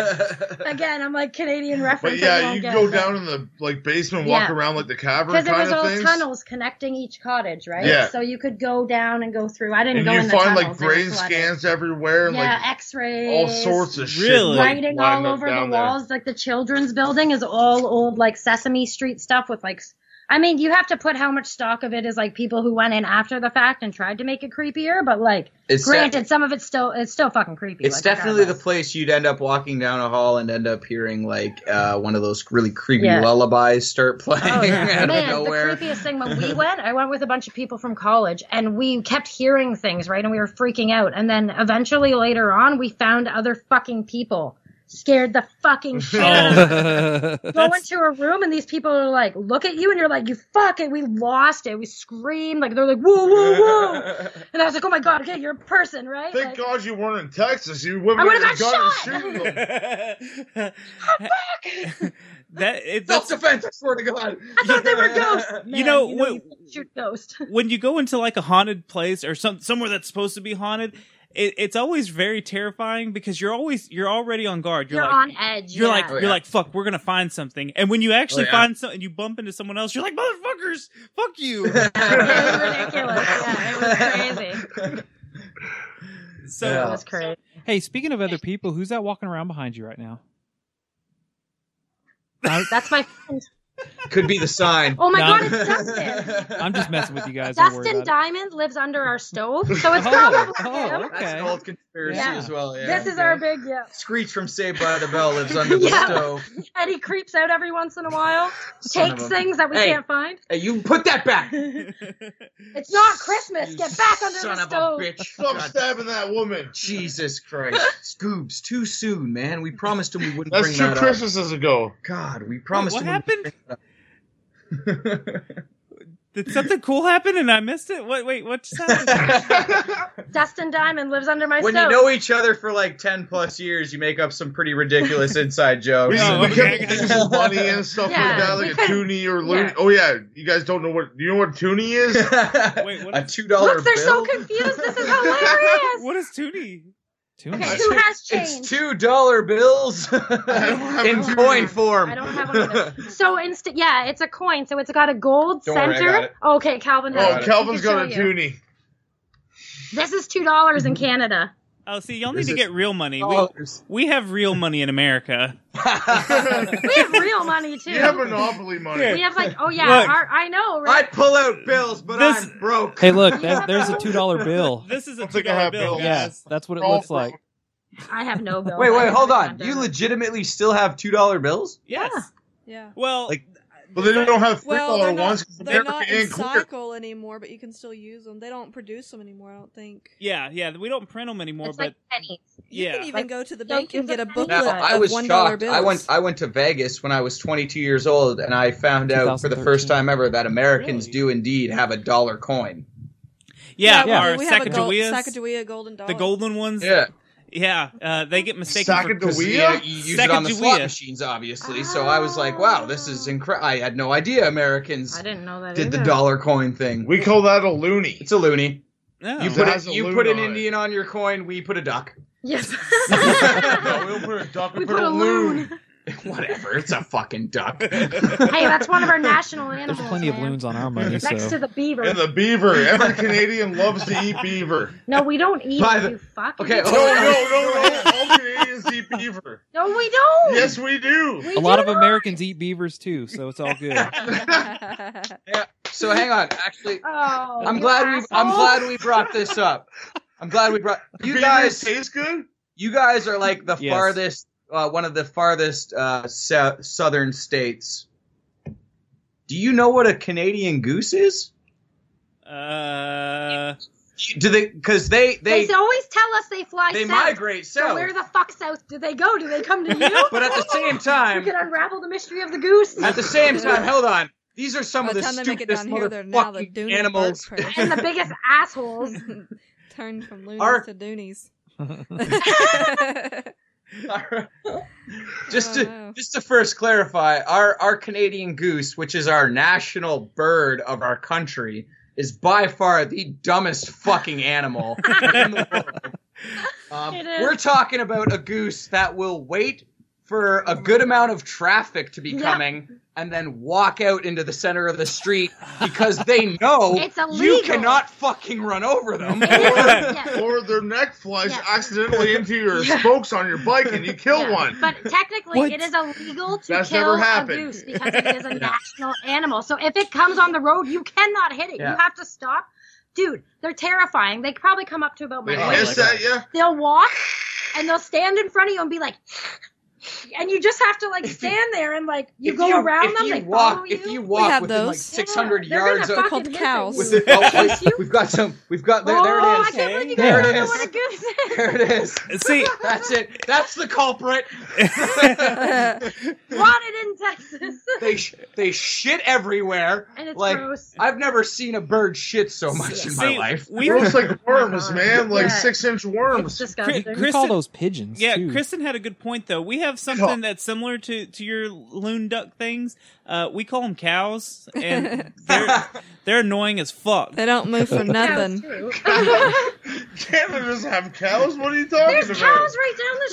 E: Again, I'm like Canadian
I: But
E: reference. I
I: yeah,
E: won't
I: you
E: get,
I: go
E: but-
I: down in the like basement, walk
E: Yeah.
I: around like the cavern
E: because
I: kind
E: it was
I: of
E: all
I: things.
E: tunnels connecting each cottage, right?
I: Yeah.
E: So you could go down and go through. I didn't
I: And
E: go
I: you
E: in the
I: find like
E: tunnels. they were
I: brain
E: flooded.
I: scans everywhere and
E: yeah,
I: like
E: X-rays,
I: all sorts of shit.
G: Really?
I: like,
E: writing all
I: lined up
E: over the
I: down there.
E: walls. Like the children's building is all old like Sesame Street stuff with like s- I mean, you have to put how much stock of it is like people who went in after the fact and tried to make it creepier, but like,
J: It's
E: granted, some of it's still it's still fucking creepy.
J: It's
E: like,
J: definitely the place you'd end up walking down a hall and end up hearing like uh, one of those really creepy
E: Yeah. Oh,
J: lullabies start playing out of
E: Man, the
J: nowhere.
E: creepiest thing when we went, I went with a bunch of people from college and we kept hearing things, right? And we were freaking out. And then eventually later on, we found other fucking people. Scared the fucking shit out
H: Oh.
E: of us. Go
G: That's-
E: into a room and these people are like, look at you, and you're like, you fucking, we lost it. We screamed. Like, they're like, whoa, whoa, whoa. And I was like, oh my God, okay, you're a person, right?
I: Thank
E: Like,
I: God you weren't in Texas. You would
E: I
I: have
E: would've got
G: that it,
J: Self defense, I swear to God.
E: I thought they were ghosts.
G: you know,
E: you
G: when,
E: can't shoot ghost.
G: when you go into like a haunted place or some somewhere that's supposed to be haunted, it, it's always very terrifying because you're always you're already on guard. You're,
E: You're
G: like,
E: on edge,
G: You're
E: yeah.
G: like
E: Oh,
G: you're
E: yeah.
G: like fuck. We're gonna find something, and when you actually
J: Oh, yeah.
G: find something, you bump into someone else. You're like motherfuckers, fuck you.
E: ridiculous. Yeah, it was crazy.
G: So
E: That was crazy.
H: Hey, speaking of other people, who's that walking around behind you right now?
E: That's my friend.
J: Could be the sign.
E: Oh my
H: Nah,
E: God, it's Dustin.
H: I'm just messing with you guys. don't worry
E: Dustin
H: about
E: Diamond lives under our stove, so it's
H: Oh,
E: probably
H: oh,
E: him.
H: okay. That's an
J: old conspiracy as well, yeah.
E: This is our big yeah.
J: Screech from Saved by the Bell lives under the
E: Yeah.
J: stove.
E: And he creeps out every once in a while,
J: Son
E: takes
J: of a-
E: things that we
J: Hey.
E: can't find.
J: Hey, you put that back.
E: It's not Christmas. Get back under
J: Son
E: the
J: of
E: stove.
J: a bitch.
I: Stop
J: God.
I: stabbing that woman.
J: Jesus Christ. Scoobs, too soon, man. We promised him we wouldn't
I: That's
J: bring
I: two
J: that
I: Christmases ago.
J: up. God, we promised
G: what
J: him
G: happened? Did something cool happen and I missed it? What? Wait, what just happened?
E: Dustin Diamond lives under my
J: when you
E: stove.
J: know each other for like 10 plus years, you make up some pretty ridiculous inside jokes.
I: We,
J: And-
I: we kept things funny and stuff
E: Yeah,
I: like that,
E: we
I: like a
E: couldn't-
I: toonie or loony.
E: yeah.
I: Oh yeah, you guys don't know what you know what toonie is?
G: Wait, what
J: a
G: is,
J: two dollar
E: Look, they're so
J: bill.
E: confused. This is hilarious.
G: what is Tootie?
H: it.
E: Okay, who has
J: It's
E: changed?
J: two dollar bills
I: have
J: in
E: a-
J: coin form.
E: I don't have one. of those. So instant, yeah, it's a coin. So it's got a gold
J: Don't worry, I
E: center.
J: got it.
E: Okay, Calvin has.
I: oh,
E: it.
I: Calvin's
E: He can
I: got a
E: show you.
I: toonie.
E: This is two dollars in Canada.
G: Oh, see, y'all need
J: This
G: to
J: is-
G: get real money. We,
J: Dollars.
G: we have real money in America.
E: We have real money too.
I: You have monopoly money.
E: We have like, oh yeah,
G: Look.
E: our, I know, right?
J: I'd pull out bills, but
G: This-
J: I'm broke.
H: Hey, look, that, there's a two dollar bill.
G: This is a two
I: think I
G: dollar
I: have
G: bill,
I: bills.
H: Yeah,
G: guys.
H: that's what it
I: We're all
H: looks like.
E: I have no bill.
J: Wait,
E: I
J: wait,
E: live
J: hold
E: in
J: on.
E: Canada.
J: You legitimately still have two dollar bills?
G: Yes.
A: Yeah.
G: Well,
J: Like-
I: But they don't have three
A: Well,
I: dollar
A: they're not,
I: ones because
A: they're
I: America
A: not in
I: ain't clear.
A: cycle anymore, but you can still use them. They don't produce them anymore, I don't think.
G: yeah, yeah. We don't print them anymore,
E: It's
G: but
E: like pennies.
A: You
G: yeah.
A: can even go to the
E: No,
A: bank and
E: it's a
A: get a
E: penny.
A: booklet
J: Now,
E: Yeah,
J: I
A: of
J: was
A: one dollar
J: shocked.
A: bills.
J: I went I went to Vegas when I was 22 years old and I found out for the first
H: 2013.
J: time ever that Americans
H: Really?
J: do indeed have a dollar coin.
G: yeah,
H: Yeah,
G: our
A: we have a gold,
G: Sacagaweas,
A: Sacagawea golden dollar.
G: the golden ones.
J: Yeah.
G: yeah. Uh, they get mistaken for.
I: Sacagawea?
J: Because, yeah, you use it on the slot
G: Sacagawea.
J: machines, obviously. So I was like, wow, this is incredible. I had no idea Americans
E: Oh. I didn't know that.
J: did the
E: either.
J: dollar coin thing.
I: We call that a loony.
J: It's a loony.
G: No.
J: You
I: It
J: put,
I: has
J: it,
I: a
J: you
I: loon
J: put an
I: on it.
J: Indian on your coin, we put a duck.
E: Yes.
I: no, we don't put a duck. We,
E: we
I: put, a loon.
J: Whatever, it's a fucking duck.
E: hey, that's one of our national animals.
H: There's plenty of
E: man.
H: loons on our money,
E: Next to
H: so
E: the beaver.
I: And the beaver. Every Canadian loves to eat beaver.
E: No, we don't eat
J: By
E: it,
J: the-
E: you fuck.
J: Okay,
I: No, no, no, no. All Canadians eat beaver.
E: No, we don't.
I: Yes, we do.
E: We
H: a lot
E: do
H: of
E: not.
H: Americans eat beavers too, so it's all good.
J: so hang on. Actually,
E: Oh,
J: I'm
E: you
J: glad we I'm
E: asshole.
J: glad we brought this up. I'm glad we brought you
I: Beavers
J: guys.
I: taste good.
J: You guys are like the
H: Yes.
J: farthest, uh, one of the farthest uh, sou- southern states. Do you know what a Canadian goose is?
G: Uh,
J: Do they? Because they
E: They,
J: they
E: always tell us they fly
J: they
E: south.
J: migrate
E: So
J: south.
E: where the fuck south do they go? Do they come to you?
J: But at the same
E: you
J: time,
E: can unravel the mystery of the goose
J: At the same time, hold on. These are some
A: By
J: of
A: the
J: the
A: time they make it
J: stupidest
A: down here, they're now the
J: motherfucking
A: Dooney
J: animals.
A: Bird
E: and the biggest assholes.
A: Turned from loonies
J: Our-
A: to doonies.
J: just
A: Oh,
J: to
A: no.
J: just to first clarify, our our Canadian goose, which is our national bird of our country, is by far the dumbest fucking animal in the world. Um,
E: It is.
J: we're talking about a goose that will wait for a good amount of traffic to be coming and then walk out into the center of the street because they know
I: It's illegal.
J: you cannot fucking run over them.
I: or their neck flies accidentally into your spokes on your bike and you kill one.
E: But technically,
I: What?
E: it is illegal to
I: That's
E: kill
I: never
E: a
I: happened.
E: goose because it is a national animal. So if it comes on the road, you cannot hit it.
I: Yeah.
E: You have to stop. Dude, they're terrifying. They probably come up to about my
I: They
E: waist.
I: hiss at ya?
E: They'll walk and they'll stand in front of you and be like, and you just have to like stand there and like you
J: If
E: go
J: you-
E: around
J: if
E: them.
J: you
E: they
J: walk-
E: follow
J: if
E: you.
J: you walk We have within, like, those. 600 yards
E: They're
J: of-
E: gonna
J: Called
E: fucking hit
A: cows.
E: you.
J: With it- oh, wait, we've got some. We've got Uh, there. there
E: Oh,
J: it
E: I
J: is.
E: can't believe you guys
J: there
E: don't
J: it
E: know
J: is.
E: what a goose is.
J: There it is.
G: See,
J: that's it. That's the culprit.
E: Wanted in Texas.
J: They sh- they shit everywhere.
E: And it's
J: like
E: gross.
J: I've never seen a bird shit so much in my
G: See,
J: life.
G: we- Gross like
I: worms, man, like
G: Yeah.
I: six-inch worms.
G: Chris-
H: we call
G: Kristen-
H: those pigeons.
G: Yeah,
H: too.
G: Kristen had a good point though. We have something that's similar to to your loon duck things. Uh, we call them cows, and they're they're annoying as fuck.
A: They don't move for nothing.
I: Canada doesn't have cows. What are you talking
E: There's cows
I: about?
E: right down the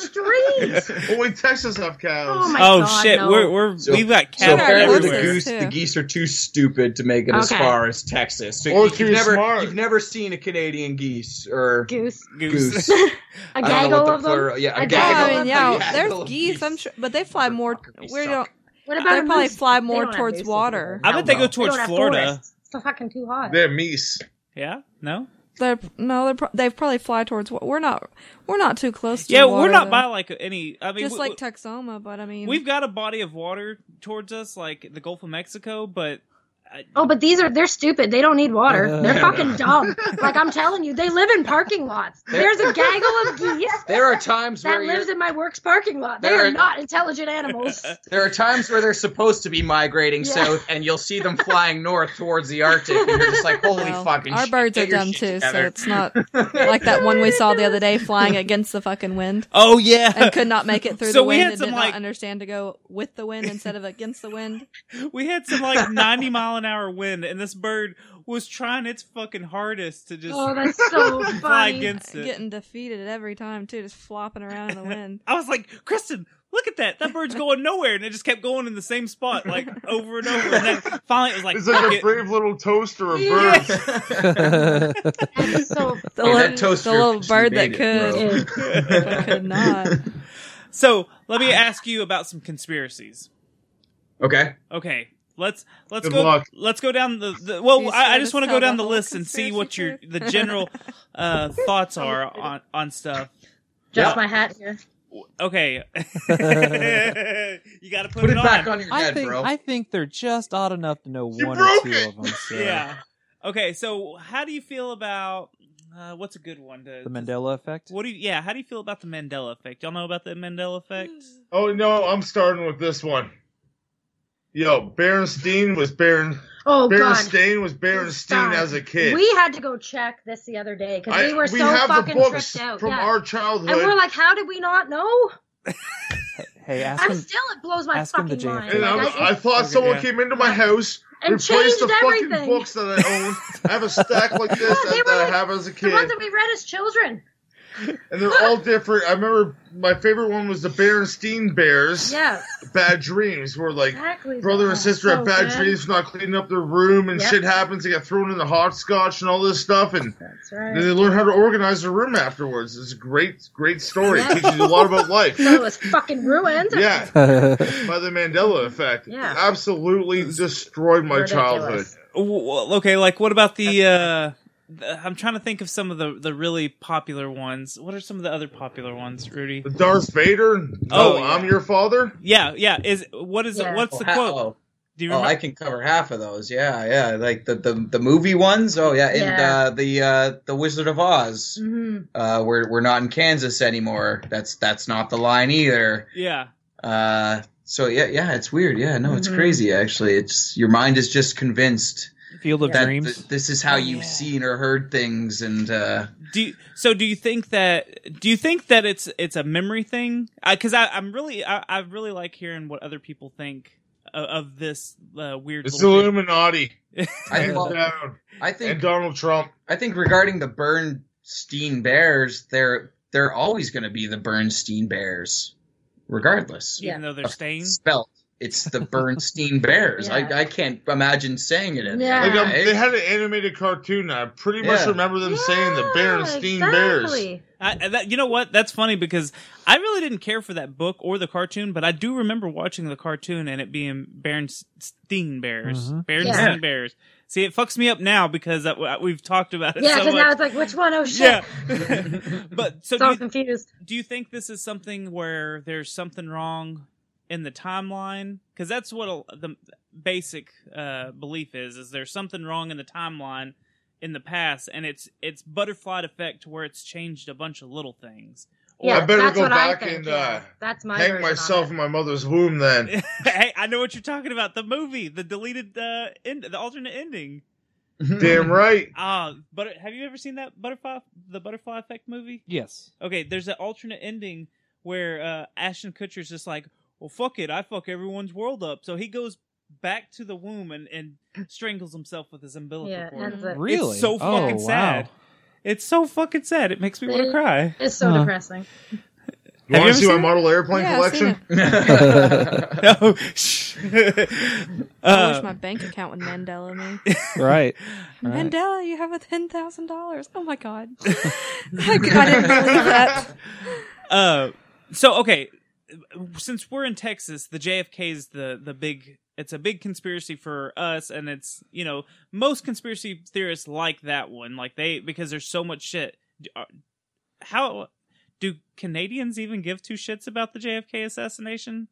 E: street.
I: Only Texas have cows.
E: Oh my
G: Oh, God, shit, no. we're- we're- we've got cats
J: So apparently the
G: everywhere.
J: goose,
G: Too.
J: the geese are too stupid to make it as
E: Okay.
J: far as Texas. So
I: Or
J: you've
I: too
J: never,
I: smart.
J: You've never seen a Canadian geese or
E: goose.
J: Goose.
A: A
J: I don't know
A: gaggle
J: what the
A: of them?
J: plural- Yeah, a
A: Yeah, I
J: gaggle.
A: mean, yeah, there's geese, I'm sure, but they fly more. We don't.
E: What
A: they
E: about a
A: probably
E: moose?
A: fly
E: They
A: more
E: don't have
A: towards
E: moose
A: water.
G: I bet they go towards
E: don't have
G: Florida.
E: forests. It's so fucking too hot.
I: They're meese.
G: Yeah. No.
A: They're no, they're pro- they probably fly towards. wa- We're not. We're not too close. to
G: Yeah,
A: water,
G: we're not
A: though.
G: by like any. I mean,
A: just
G: we-
A: like Texoma, but I mean,
G: we've got a body of water towards us, like the Gulf of Mexico, but
E: Oh, but these are they're stupid. They don't need water.
G: Uh.
E: they're fucking dumb. Like I'm telling you, they live in parking lots. There's a gaggle of geese
J: There are times
E: that
J: where
E: lives
J: you're-
E: in my work's parking lot. They
J: There
E: are
J: are-
E: not intelligent animals.
J: there are times where they're supposed to be migrating
E: Yeah.
J: south, and you'll see them flying north towards the Arctic, and you're just like, "Holy
A: well,
J: fucking
A: our
J: shit,
A: birds
J: get
A: are
J: your
A: dumb
J: shit
A: too, so
J: together.
A: it's not like that one we saw the other day flying against the fucking wind.
G: Oh, yeah.
A: and could not make it through
G: So
A: the
G: we
A: wind
G: had
A: and
G: some,
A: did
G: like-
A: not understand to go with the wind instead of against the wind.
G: we had some like 90 mile an hour wind, and this bird was trying its fucking hardest to just
A: Oh, that's so
G: fly
A: funny.
G: against it.
A: Getting defeated every time too, just flopping around in the wind.
G: I was like, Kristen, look at that. That bird's going nowhere. And it just kept going in the same spot, like over and over. And then finally it was like,
I: It's like
G: fuck
I: a
G: it.
I: brave little toaster of
G: Yeah.
I: birds.
E: That's so
A: The little, the little bird that could,
G: could.
A: could not.
G: So let me ask you about some conspiracies.
J: Okay.
G: Okay. Let's let's
J: Good
G: go.
J: luck.
G: Let's go down the. the
J: You
G: well, I, I
J: scared
G: just
J: us
G: want to
J: how
G: go down
J: the
G: the
J: whole
G: list and see what your the
E: conspiracy theory-
G: general uh, thoughts are on on stuff. Yeah.
E: Just my hat here.
G: Okay. you got to put, it, on.
H: I think, I think they're just odd enough to know one or
G: broke
H: two
G: it!
H: of them. So.
G: yeah. Okay. So how do you feel about uh, what's a good one to
H: The Mandela effect.
G: What do you? Yeah, how do you feel about the Mandela effect? Y'all know about the Mandela effect?
I: Oh no, I'm starting with this one. Yo, Berenstain was Beren.
E: Oh, God.
I: Berenstain was Berenstain as a kid.
E: We had to go check this the other day because
I: I-
E: we were
I: we
E: so
I: have the
E: fucking
I: books
E: tripped out
I: from
E: yeah.
I: our childhood.
E: And we're like, how did we not know?
H: Hey, ask
E: I'm
H: him.
E: still it blows my
H: ask him the
E: fucking
H: JFK.
E: mind.
I: And I,
E: Like,
I: was- I thought someone
H: Yeah.
I: came into my house,
E: And
I: replaced the
E: changed
I: fucking
E: everything.
I: books that I own. I have a stack like this
E: Yeah, they
I: that,
E: were
I: that I
E: like
I: have as a
E: the
I: kid,
E: ones that we read as children.
I: and they're all different. I remember my favorite one was the Berenstain Bears.
E: Yes.
I: Bad Dreams, where like
E: Exactly.
I: brother and sister
E: so
I: have bad
E: good.
I: dreams for not cleaning up their room, and
E: Yep.
I: shit happens. They get thrown in the hotchkotch and all this stuff, and
E: right.
I: then they learn how to organize their room afterwards. It's a great, great story. It teaches you a lot about life.
E: So it was fucking ruined.
I: Yeah, by the Mandela effect.
E: Yeah.
I: Absolutely destroyed my childhood.
G: W- w- Okay, like what about the? uh the- I'm trying to think of some of the the really popular ones. What are some of the other popular ones, Rudy?
I: Darth Vader.
G: Oh,
I: Oh, I'm your father.
G: Yeah, yeah. Is what is
J: Yeah.
G: it? What's the
J: Wow.
G: quote? Do you
J: Oh,
G: remember?
J: I can cover half of those. Yeah, yeah, like the the, the movie ones. Oh yeah, and
G: Yeah.
J: Uh, the uh, the Wizard of Oz.
E: Mhm.
J: Uh, we're we're not in Kansas anymore. That's that's not the line either.
G: Yeah.
J: Uh, so yeah, yeah, it's weird. Yeah, no, it's
A: Mm-hmm.
G: Mhm.
J: crazy. Actually, it's your mind is just convinced.
H: Field of
J: Dreams. this is how you've seen or heard things, and uh,
G: Do you, so? Do you think that? Do you think that it's it's a memory thing? Because I, I'm really I, I really like hearing what other people think of, of this uh, weird.
I: It's
G: little thing.
I: Illuminati.
J: I
I: Hands
J: think-
I: down.
J: I think
I: and Donald Trump.
J: I think regarding the Bernstein Bears, they're they're always going to be the Bernstein Bears, regardless.
G: Even though they're stained?
J: Spelt. It's the Bernstein Bears. I, I can't imagine saying it. Any
I: Like, um,
J: other way.
I: they had an animated cartoon. I pretty much
J: Yeah.
I: remember them saying the Berenstain Bears.
G: I, I- that, you know what? That's funny because I really didn't care for that book or the cartoon, but I do remember watching the cartoon and it being Bernstein Bears.
J: Mm-hmm.
H: Mhm.
G: Bernstein
H: Yeah.
G: Bears. See, it fucks me up now because that, we've talked about it
E: Yeah,
G: so
E: because
G: much.
E: now it's like which one? Oh shit!
G: but so
E: It's all
G: do you,
E: confused.
G: Do you think this is something where there's something wrong in the timeline? Because that's what a, the basic uh, belief is: is there's something wrong in the timeline in the past, and it's it's butterfly effect to where it's changed a bunch of little things.
E: Yeah,
I: I better
E: that's
I: go
E: what I
I: back
E: think,
I: and
E: yeah.
I: uh,
E: That's my
I: hang
E: version on
I: myself in my mother's womb then.
G: hey, I know what you're talking about. The movie, the deleted, uh, end, the alternate ending.
I: Damn right.
G: Ah, but have you ever seen that butterfly, the butterfly effect movie?
H: Yes.
G: Okay, there's an alternate ending where uh, Ashton Kutcher's just like, "Well, fuck it, I fuck everyone's world up." So he goes back to the womb and, and strangles himself with his umbilical
E: Yeah,
G: cord.
E: ends it.
H: Really?
G: It's so
H: Oh,
G: fucking
H: wow.
G: sad. It's so fucking sad. It makes me want to cry.
E: It's so
H: Uh-huh.
G: Huh.
E: depressing.
I: You want
G: ever
I: to see
G: seen
I: my
G: it?
I: model airplane
E: Yeah, I've
I: collection?
G: no.
A: I wish
G: Uh,
A: my bank account would Mandela me.
H: Right. right.
A: Mandela, you have a ten thousand dollars. Oh my god, I didn't believe that.
G: Uh, so okay, since we're in Texas, the JFK is the the big. It's a big conspiracy for us, and it's you know most conspiracy theorists like that one, like they because there's so much shit. D- are- How do Canadians even give two shits about the JFK assassination,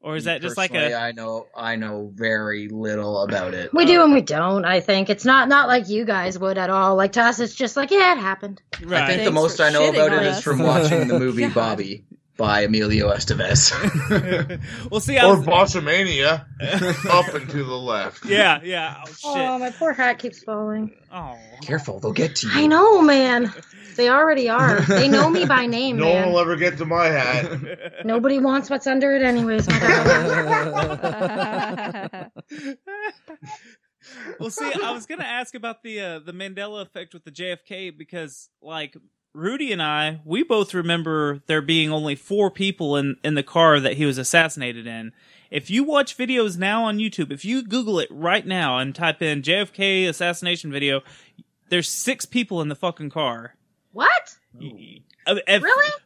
G: or is that just like
J: Personally,
G: a
J: I know I know very little about it.
E: We do and we don't. I think it's not not like you guys would at all. Like to us, it's just like yeah, it happened.
G: Oh,
J: I think the most I know about it is from watching the movie Bobby by Emilio Estevez.
G: well? See, I
I: or
G: was,
I: Bossamania up and to the left.
G: yeah, yeah. Oh shit.
E: Oh, my poor hat keeps falling.
G: Oh,
J: Careful, they'll get to you.
E: I know, man. They already are. They know me by name,
I: No one
E: man.
I: will ever get to my hat.
E: Nobody wants what's under it, anyways. My God.
G: well, see, I was gonna ask about the uh, the Mandela effect with the JFK because, like, Rudy and I, we both remember there being only four people in in the car that he was assassinated in. If you watch videos now on YouTube, if you Google it right now and type in JFK assassination video, there's six people in the fucking car.
E: what?
G: really?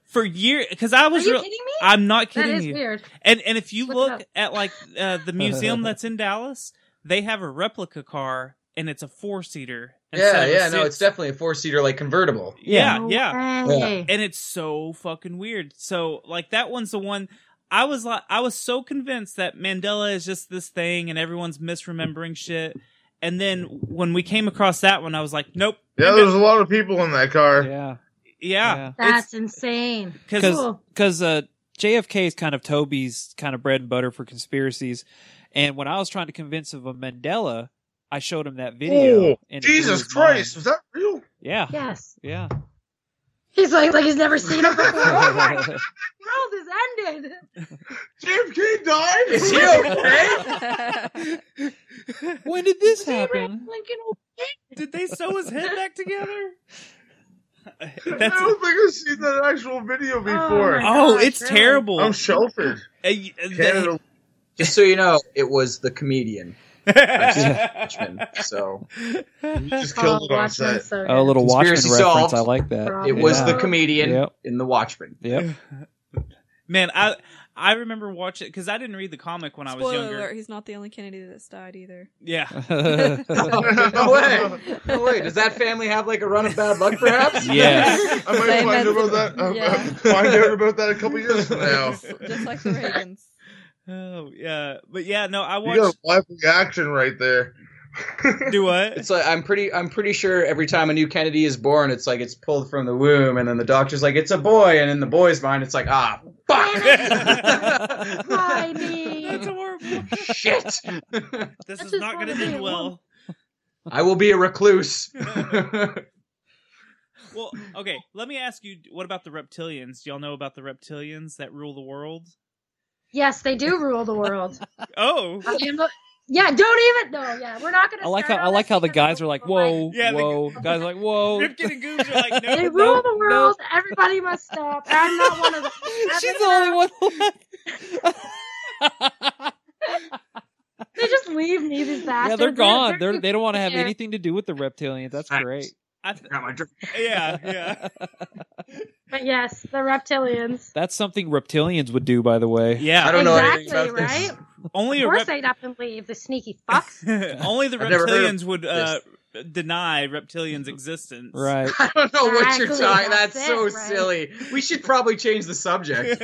G: For years, because I was.
E: Are you
G: real-
E: kidding me?
G: I'm not
E: That
G: kidding
E: is
G: you.
E: weird.
G: And and if you
E: Look it
G: look
E: up.
G: at like uh, the museum that's in Dallas, they have a replica car and it's a four seater.
J: yeah, yeah, no, it's definitely a four seater like convertible.
G: yeah,
J: No
G: yeah,
J: way.
G: And it's so fucking weird. So like that one's the one. I was like, I was so convinced that Mandela is just this thing and everyone's misremembering shit. And then when we came across that one, I was like, nope.
I: Yeah, there's a lot of people in that car.
H: Yeah.
G: Yeah,
E: That's insane.
H: because because uh, JFK is kind of Toby's kind of bread and butter for conspiracies, and when I was trying to convince him of Mandela, I showed him that video.
I: Oh,
H: and it blew
I: Jesus
H: his
I: Christ, was
H: mind.
I: that real?
H: Yeah.
E: Yes.
H: Yeah.
E: He's like like he's never seen it before. Oh my God, the world is ended.
I: JFK died?
J: Is he okay?
H: when did this happen?
G: Did they sew his head back together?
I: I don't think I've seen that actual video before.
G: Oh, it's terrible.
I: I'm sheltered.
G: Uh, y- uh, they-
J: Canada- Just so you know, it was the comedian. Watchmen, so
I: just
E: killed Oh, it on Watchmen's set. so
H: Oh, a little Watchmen
J: Conspiracy
H: reference.
J: solved.
H: I like that.
J: It was
H: Yeah.
J: the comedian
H: Yep.
J: in the Watchmen.
H: Yep.
G: Man, I I remember watching because I didn't read the comic when I was
A: Spoiler
G: younger.
A: alert: He's not the only Kennedy that's died either.
G: Yeah.
J: no way. No way. Does that family have like a run of bad luck perhaps?
H: Yes.
I: I might
A: Same
I: find
A: as-
I: out about that. uh,
A: yeah.
I: uh, find out about that a couple years from now.
A: Just like the Reagans.
G: Oh yeah, but yeah, no, I
I: You got
G: watched.
I: a live reaction right there.
G: Do what?
J: It's like I'm pretty I'm pretty sure every time a new Kennedy is born, it's like it's pulled from the womb and then the doctor's like, It's a boy, and in the boy's mind it's like, ah, fuck
E: Why me?
G: That's horrible.
J: shit.
G: This
E: I
G: is
E: just
G: not going
E: wanna
G: to
E: be a
G: end well.
J: I will be a recluse.
G: Well, okay. Let me ask you, what about the reptilians? Do y'all know about the reptilians that rule the world?
E: Yes, they do rule the world.
G: Oh,
E: I am the- Yeah, don't even. No, yeah, we're not gonna.
H: I like how I like how the guys are like, whoa, whoa. guys are like, whoa.
E: they rule the world. Everybody must stop. I'm not one of them. She's the only one. they just leave me these bastards.
H: yeah, they're gone. They're,
E: too
H: they don't want to have
E: cute.
H: anything to do with the reptilians. That's great.
G: I
J: got my drink.
G: Yeah, yeah.
E: But yes, the reptilians.
H: That's something reptilians would do, by the way.
G: Yeah,
E: exactly, right?
G: Only
E: of
G: a
E: course
G: rep-
E: they'd up and leave. The sneaky fucks.
G: Only the
E: I've never heard
G: reptilians would uh, deny reptilians' existence.
H: Right.
J: I don't know what you're
G: Exactly,
J: talking.
G: that's
J: That's,
G: it,
J: so
G: right?
J: silly. We should probably change the subject.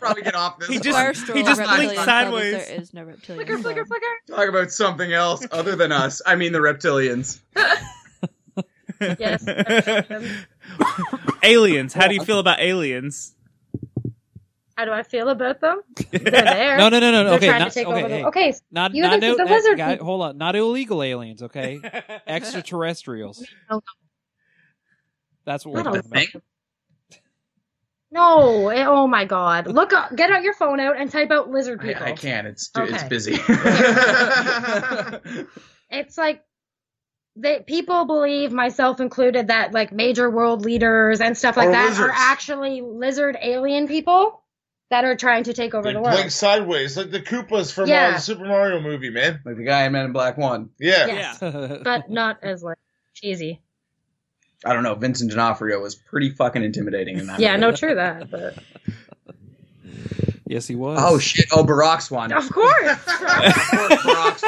J: probably get off this.
G: He
J: one.
G: just he just blinked sideways.
A: There is no reptilian.
E: Flicker, flicker, flicker.
J: Talk about something else other than us. I mean the reptilians.
E: Yes.
G: aliens. How do you feel about aliens?
E: How do I feel about them? They're there.
H: No, no, no, no, no.
E: They're
H: Okay,
E: trying
H: not-
E: to take
H: okay,
E: over.
H: hey.
E: the okay.
H: Not,
E: you
H: not
E: think
H: no-
E: the lizard
H: guy-
E: people.
H: hold on, not illegal aliens, okay? Extraterrestrials. That's what
E: I
H: we're
E: don't
H: talking about.
E: No. eh, oh my God. Look. Up, get out your phone out and type out lizard people.
J: I, I can't. It's it's
E: Okay.
J: busy.
E: it's like they people believe myself included that like major world leaders and stuff like
I: Are
E: that are
I: lizards.
E: actually lizard alien people that are trying to take over
I: They
E: the world
I: blink sideways like the Koopas from uh,
E: Yeah.
I: the Super Mario movie, man.
J: Like the guy in Men in Black One.
I: Yeah.
E: Yes. but not as like cheesy
J: I don't know. Vincent D'Onofrio was pretty fucking intimidating in that.
E: yeah
J: movie.
E: no true that but
H: Yes, he was.
J: Oh shit! Oh, Barack's one.
E: of course
J: Barack's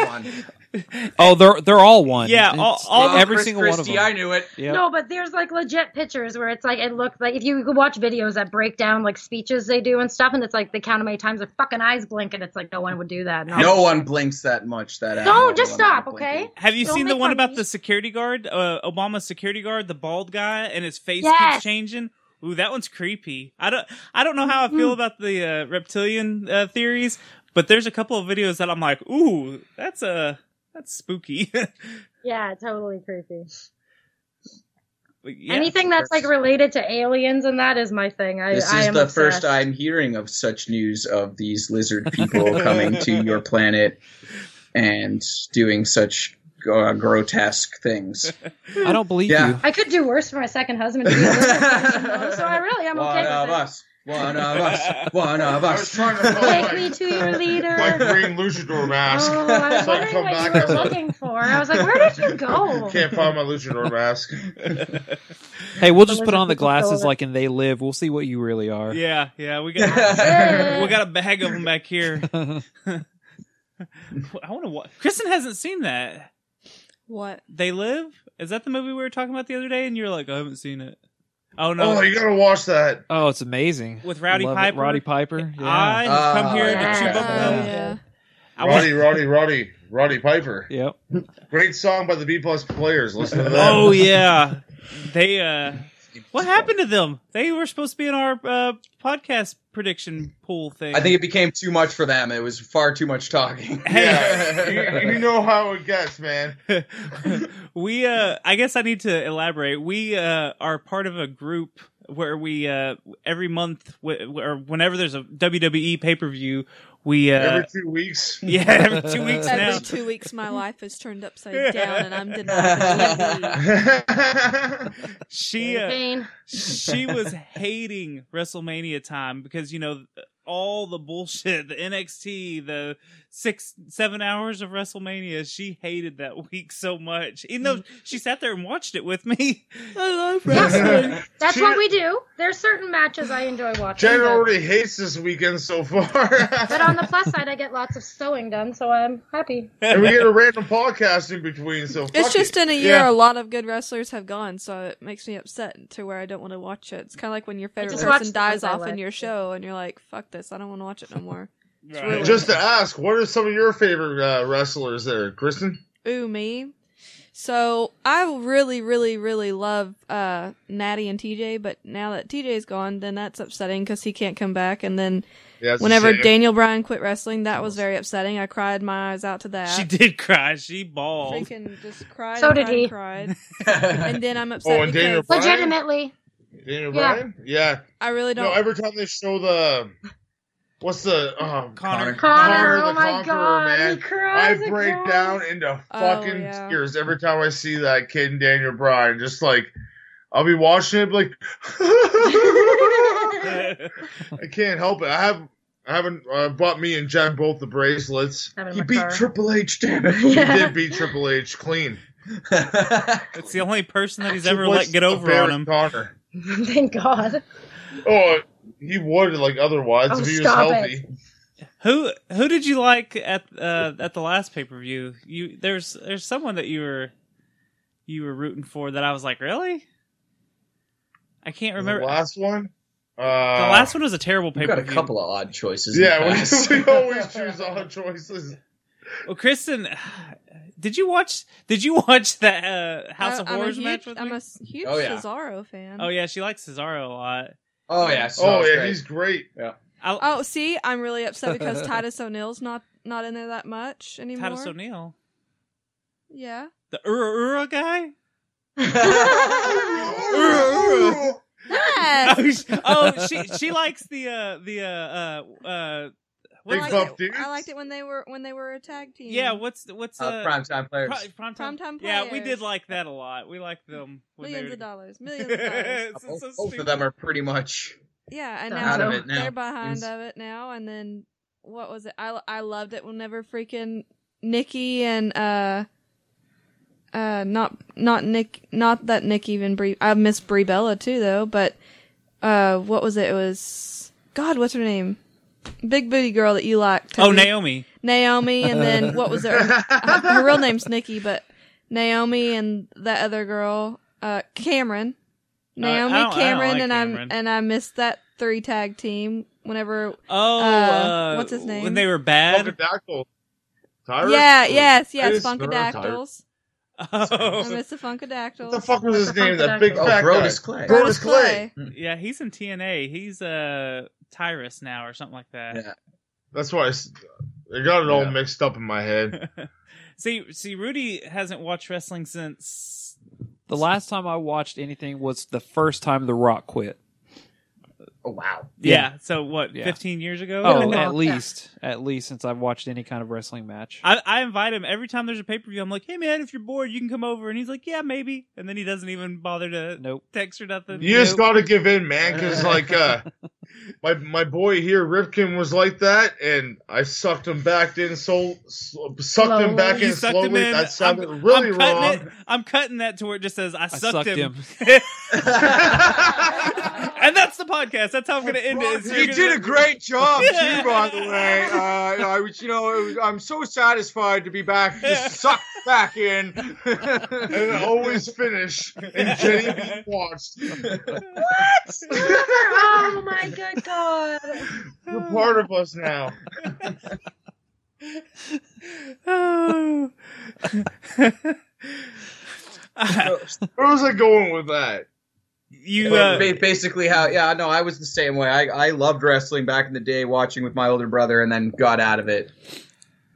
J: one.
H: Oh, they're they're all one.
G: Yeah,
H: It's-
G: all- all-
J: Oh,
H: every
J: Chris
H: single one of
J: Christie,
H: them.
J: I knew it.
H: Yeah.
E: No, but there's like legit pictures where it's like it looked like if you could watch videos that break down like speeches they do and stuff, and it's like they count how many times their fucking eyes blink, and it's like no one would do that.
J: No one blinks that much. That
E: No,
J: animal
E: just
J: will not
E: stop,
J: blink.
E: okay?
G: Have you
E: Don't
G: seen the
E: make
G: one
E: fun of
G: about the security guard, uh, Obama's security guard, the bald guy, and his face
E: Yes.
G: keeps changing? Ooh, that one's creepy. I don't, I don't know how I
E: Mm-hmm.
G: feel about the uh, reptilian uh, theories, but there's a couple of videos that I'm like, ooh, that's uh, that's spooky. But
E: Yeah, totally creepy.
G: yeah.
E: Anything that's like related to aliens and that is my thing. I,
J: This
E: I
J: is
E: am
J: the
E: obsessed.
J: first I'm hearing of such news of these lizard people coming to your planet and doing such uh, grotesque things.
H: I don't believe
J: uh, Yeah.
E: I could do worse for my second husband. to be a lizard person, though, so I really am
J: One
E: okay
J: of
E: with
J: us. One of us. One of
I: I was
J: us.
I: trying to
E: it.
I: find
E: Take
I: my,
E: me to your leader.
I: my green luchador mask.
E: Oh, I was
I: So I
E: wondering
I: come
E: what you
I: back as
E: were
I: a-
E: looking for. I was like, where did you go?
I: Can't find my luchador mask.
H: them. Hey, we'll just
E: The
H: put on the
E: lizard people stole
H: glasses
E: it.
H: like in They Live. We'll see what you really are.
G: yeah, yeah, we got we got a bag of them back here. Oh, I want to watch. Kristen hasn't seen that.
A: What?
G: They Live? Is that the movie we were talking about the other day? And you're like, I haven't seen it. Oh no,
I: Oh, you gotta watch that.
H: Oh, it's amazing.
G: with Rowdy
H: Love it.
G: Piper.
H: Roddy Piper. Yeah.
G: I have
I: Uh,
G: come
J: Ah,
G: here to
E: yeah.
G: chew bubblegum.
A: Yeah.
G: I want-
I: Roddy, Roddy, Roddy, Roddy Piper.
H: Yep.
I: Great song by the B Plus Players. Listen to that.
G: Oh yeah, they. uh What happened to them? They were supposed to be in our uh, podcast prediction pool thing.
J: I think it became too much for them. It was far too much talking.
I: Yeah. you, you know how it gets, man.
G: we. uh I guess I need to elaborate. We uh are part of a group where we uh every month w- or whenever there's a WWE pay per view, E we. uh
I: Every two weeks.
G: Yeah, every two weeks
A: Every
G: now.
A: two weeks, my life is turned upside down, and I'm denied.
G: She. Uh,
E: Pain.
G: she was hating WrestleMania time because you know all the bullshit, the NXT, the six seven hours of WrestleMania. She hated that week so much, even though she sat there and watched it with me.
A: I love
E: wrestling. That's
I: She-
E: what we do. There's certain matches I enjoy watching.
I: Jen
E: But,
I: already hates this weekend so far.
E: but on the plus side, I get lots of sewing done, so I'm happy.
I: and we get a random podcast in between, so fuck
A: It's just
I: it.
A: in a year,
G: Yeah.
A: a lot of good wrestlers have gone, so it makes me upset to where I don't want to watch it. It's kind of like when your favorite
E: just watch
A: person
E: the ones
A: dies
E: I
A: off in
E: like.
A: your show, and you're like, "Fuck this, I don't want to watch it no more." It's really-
I: Just to ask, what are some of your favorite uh, wrestlers there, Kristen?
A: Ooh, me. So I really, really, really love uh, Natty and TJ, but now that TJ's gone, then that's upsetting because he can't come back. And then
I: Yeah, it's a
A: whenever
I: shame.
A: Daniel Bryan quit wrestling, that was very upsetting. I cried my eyes out to that.
G: She did cry. She bawled.
A: Freaking just cried.
E: So
A: and
E: did
A: cried,
E: he.
A: Cried. and then I'm upset
I: Oh, and Daniel
A: because
I: Bryan?
E: Legitimately,
I: Daniel
E: Yeah.
I: Bryan? Yeah.
A: I really
I: No,
A: don't.
I: every time they show the What's the oh, Connor?
E: Connor. Connor,
I: the
E: oh my
I: Conqueror,
E: God,
I: man.
E: he cries
I: I break
E: again.
I: down into
E: Oh,
I: fucking
E: yeah.
I: tears every time I see that kid and Daniel Bryan. Just like I'll be watching it, like I can't help it. I have I haven't uh, bought me and Jen both the bracelets.
E: Have it in
I: He
E: my
I: beat
E: car.
I: Triple H, damn it! He did beat Triple H clean.
G: It's the only person that he's
I: He
G: ever
I: was
G: let get
I: a
G: over
I: Baron
G: on him.
I: Connor.
E: Thank God.
I: Oh, he would like otherwise
E: Oh,
I: if he was
E: stop
I: healthy.
G: Who who did you like at uh, at the last pay per view? You there's there's someone that you were you were rooting for that I was like, really? I can't remember.
I: The last one. Uh,
G: The last one was a terrible pay
J: We've
G: per
J: got
G: view.
J: a couple of odd choices. in the
I: Yeah,
J: past.
I: we, we always choose odd choices.
G: Well, Kristen, did you watch? Did you watch that uh, House
A: I-
G: of
A: I'm a
G: Horrors
A: huge-
G: match with
A: I'm
G: me?
A: a s- huge
G: Oh, yeah.
A: Cesaro fan.
G: Oh yeah, she likes Cesaro a lot.
J: Oh yeah, Cesaro's
I: oh yeah,
J: great.
I: he's great.
J: Yeah.
A: Oh, see, I'm really upset because Titus O'Neil's not not in there that much anymore.
G: Titus O'Neil,
A: Yeah.
G: the Ura Ura guy. Oh,
A: Yes.
G: sh- oh, she she likes the uh the uh uh uh
A: I
G: what's
A: liked,
G: the-
A: it, I liked it when they were when they were a tag team.
G: yeah what's what's uh,
J: Uh, primetime players.
G: Pro- primetime,
A: Primetime
G: Yeah, we
A: players.
G: did like that a lot. We liked them. when they
A: millions
G: were-
A: of dollars, millions of dollars.
G: It's
J: Oh, both,
G: so
J: both
G: stupid.
J: of them are pretty much.
A: Yeah, and
J: They're
A: now,
J: out of it now.
A: they're behind
J: It's-
A: of it now. And then what was it? I I loved it whenever freaking Nikki and uh uh not not Nick not that Nick even Brie I miss Brie Bella too though. But uh what was it? It was God. What's her name? Big booty girl that you liked.
G: Oh,
A: Toby.
G: Naomi.
A: Naomi, and then what was her? her, her real name's Nikki, but Naomi and that other girl, uh, Cameron. Naomi,
G: Uh, I don't- I don't
A: Cameron,
G: like
A: and
G: Cameron.
A: I and I missed that three tag team whenever.
G: Oh,
A: uh,
G: uh,
A: what's his name?
G: When they were bad.
I: Funkadactyl. Tyrus?
A: yeah,
I: Or-
A: yes, yes,
I: Tyrus? Tyrus.
A: Funkadactyls. I
G: Oh.
A: missed the Funkadactyls.
I: What the fuck was his name? That
E: Funkadactyl.
I: big
J: Oh,
I: fat
J: Brodus
I: guy.
J: Clay. Hmm.
I: Brodus Clay.
G: Yeah, he's in TNA. He's uh Tyrus now or something like that.
J: Yeah.
I: That's why I, s- I got it all
J: Yeah.
I: mixed up in my head.
G: See, see, Rudy hasn't watched wrestling since.
H: The last time I watched anything was the first time The Rock quit.
J: Oh wow.
G: Yeah. so what?
H: Yeah.
G: Fifteen years ago?
H: Oh,
G: Like that?
H: at least, at least since I've watched any kind of wrestling match.
G: I, I invite him every time there's a pay per view. I'm like, hey man, if you're bored, you can come over, and he's like, yeah, maybe. And then he doesn't even bother to
H: Nope.
G: text or nothing.
I: You just got to give in, man, because like uh, my my boy here, Ripkin, was like that, and I sucked him back in, so sucked him back
G: You
I: in
G: sucked
I: slowly.
G: him in.
I: That sounded
G: I'm,
I: really
G: I'm
I: wrong.
G: cutting It, I'm cutting that to where it just says, I sucked,
H: sucked
G: him.
H: him.
G: and that's the podcast. That's how I'm going to end it. is you're
N: He
G: gonna-
N: did a great job
G: Yeah.
N: too, by the way. Uh, I was, you know, it was, I'm so satisfied to be back, just sucked back in.
I: and I always finish. And Jenny being watched.
E: oh my good God.
I: You're part of us now.
G: Oh.
I: Where was I going with that?
G: you,
J: But
G: uh,
J: ba- basically how yeah no I was the same way I, I loved wrestling back in the day watching with my older brother and then got out of it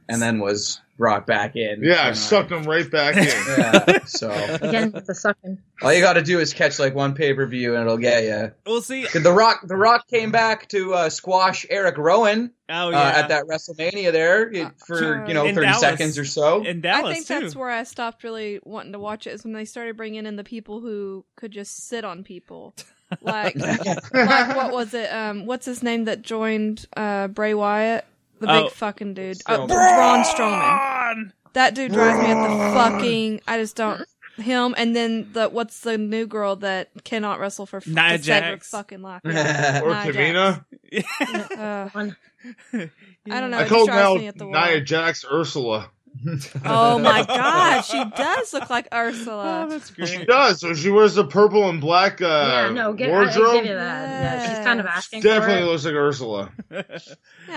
J: and then was brought back in
I: Yeah, I
J: And I-
I: sucked him right back in.
J: yeah so
E: Again, with the sucking.
J: all you got to do is catch like one pay per view and it'll get you
G: we'll see.
J: the Rock the Rock came back to uh, squash Eric Rowan
G: Oh,
J: uh,
G: yeah.
J: at that WrestleMania there it- for you know
G: In
J: thirty
G: Dallas.
J: seconds or so
G: in
A: I
G: Dallas,
A: think
G: too.
A: that's where I stopped really wanting to watch it is when they started bringing in the people who could just sit on people, like like what was it? Um, what's his name that joined uh Bray Wyatt? The big
G: Oh.
A: fucking dude, uh,
J: Strowman.
A: Braun Strowman.
G: On.
A: That dude drives me up the fucking. I just don't him. And then the what's the new girl that cannot wrestle for f-
G: Nia
A: the sake of her
G: Jax.
A: fucking life?
I: Or
A: Nia
I: Tamina.
A: Jax. Uh,
E: One.
A: I don't know.
I: I
A: it
I: called
A: just drives
I: now
A: me at the
I: Nia
A: wall.
I: Jax Ursula.
A: Oh my god, she does look like
G: Oh,
A: Ursula.
G: that's great.
I: She does. So she wears the purple and black uh,
E: yeah, no, give, I, I give you
I: wardrobe.
E: that. Yeah, she's kind of asking
I: Definitely
E: for it.
I: looks like Ursula.
A: Yeah,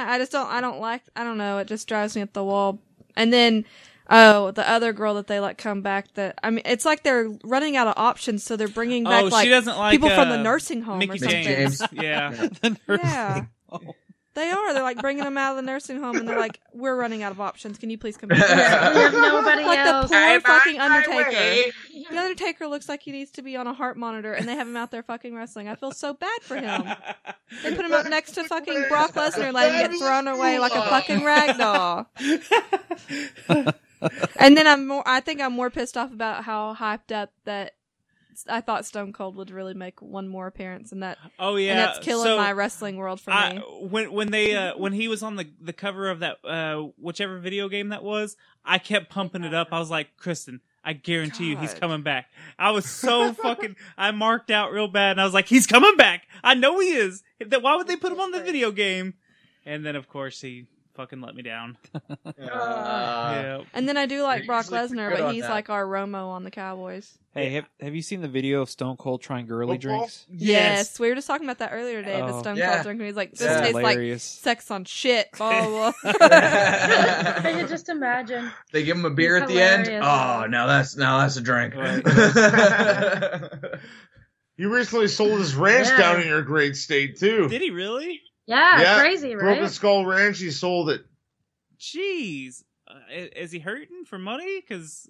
A: I just don't. I don't like. I don't know. It just drives me at the wall. And then, oh, the other girl that they let come back. That I mean, it's like they're running out of options, so they're bringing back
G: Oh,
A: like
G: she doesn't like
A: people from the
G: uh,
A: nursing home
G: Mickey
A: or something.
G: James. Yeah.
H: The nurse
A: Yeah.
H: home.
A: They are. They're like bringing them out of the nursing home, and they're like, "We're running out of options. Can you please come
E: Yeah,
A: back?"
E: we have nobody
A: like the
E: else.
A: poor fucking Undertaker. The Undertaker looks like he needs to be on a heart monitor, and they have him out there fucking wrestling. I feel so bad for him. They put him up next to fucking Brock Lesnar, let him get thrown away like a fucking rag doll. and then I'm more. I think I'm more pissed off about how hyped up that I thought Stone Cold would really make one more appearance, and that
G: Oh
A: and
G: yeah,
A: that's killing
G: So,
A: my wrestling world for
G: I-
A: me.
G: When when they uh, when he was on the the cover of that uh, whichever video game that was, I kept pumping it up. I was like, Kristen, I guarantee you he's
H: God.
G: coming back. I was so fucking I marked out real bad, and I was like, he's coming back. I know he is. Then Why would they put him on the video game? And then of course he fucking let me down.
E: Uh,
G: yeah.
A: And then I do like Brock
G: usually pretty
A: Lesnar,
G: good
A: but
G: on
A: he's
G: that.
A: like our Romo on the Cowboys.
H: Hey, have, have you seen the video of Stone Cold trying girly drinks?
A: Yes. we were just talking about that earlier today. The
H: Oh.
A: Stone
H: Yeah.
A: Cold drinking. He's like, this
H: That's
A: tastes
H: hilarious.
A: like sex on shit. Blah, blah,
E: I
A: blah.
E: could just imagine.
J: They give him a beer at the end.
E: Hilarious.
J: Oh, now that's now that's a drink.
I: You recently sold his ranch
E: Yeah.
I: down in your great state too.
G: Did he really?
E: Yeah,
I: Yeah,
E: crazy, right?
I: Broken Skull Ranch. He sold it.
G: Jeez, uh, i- is he hurting for money? Because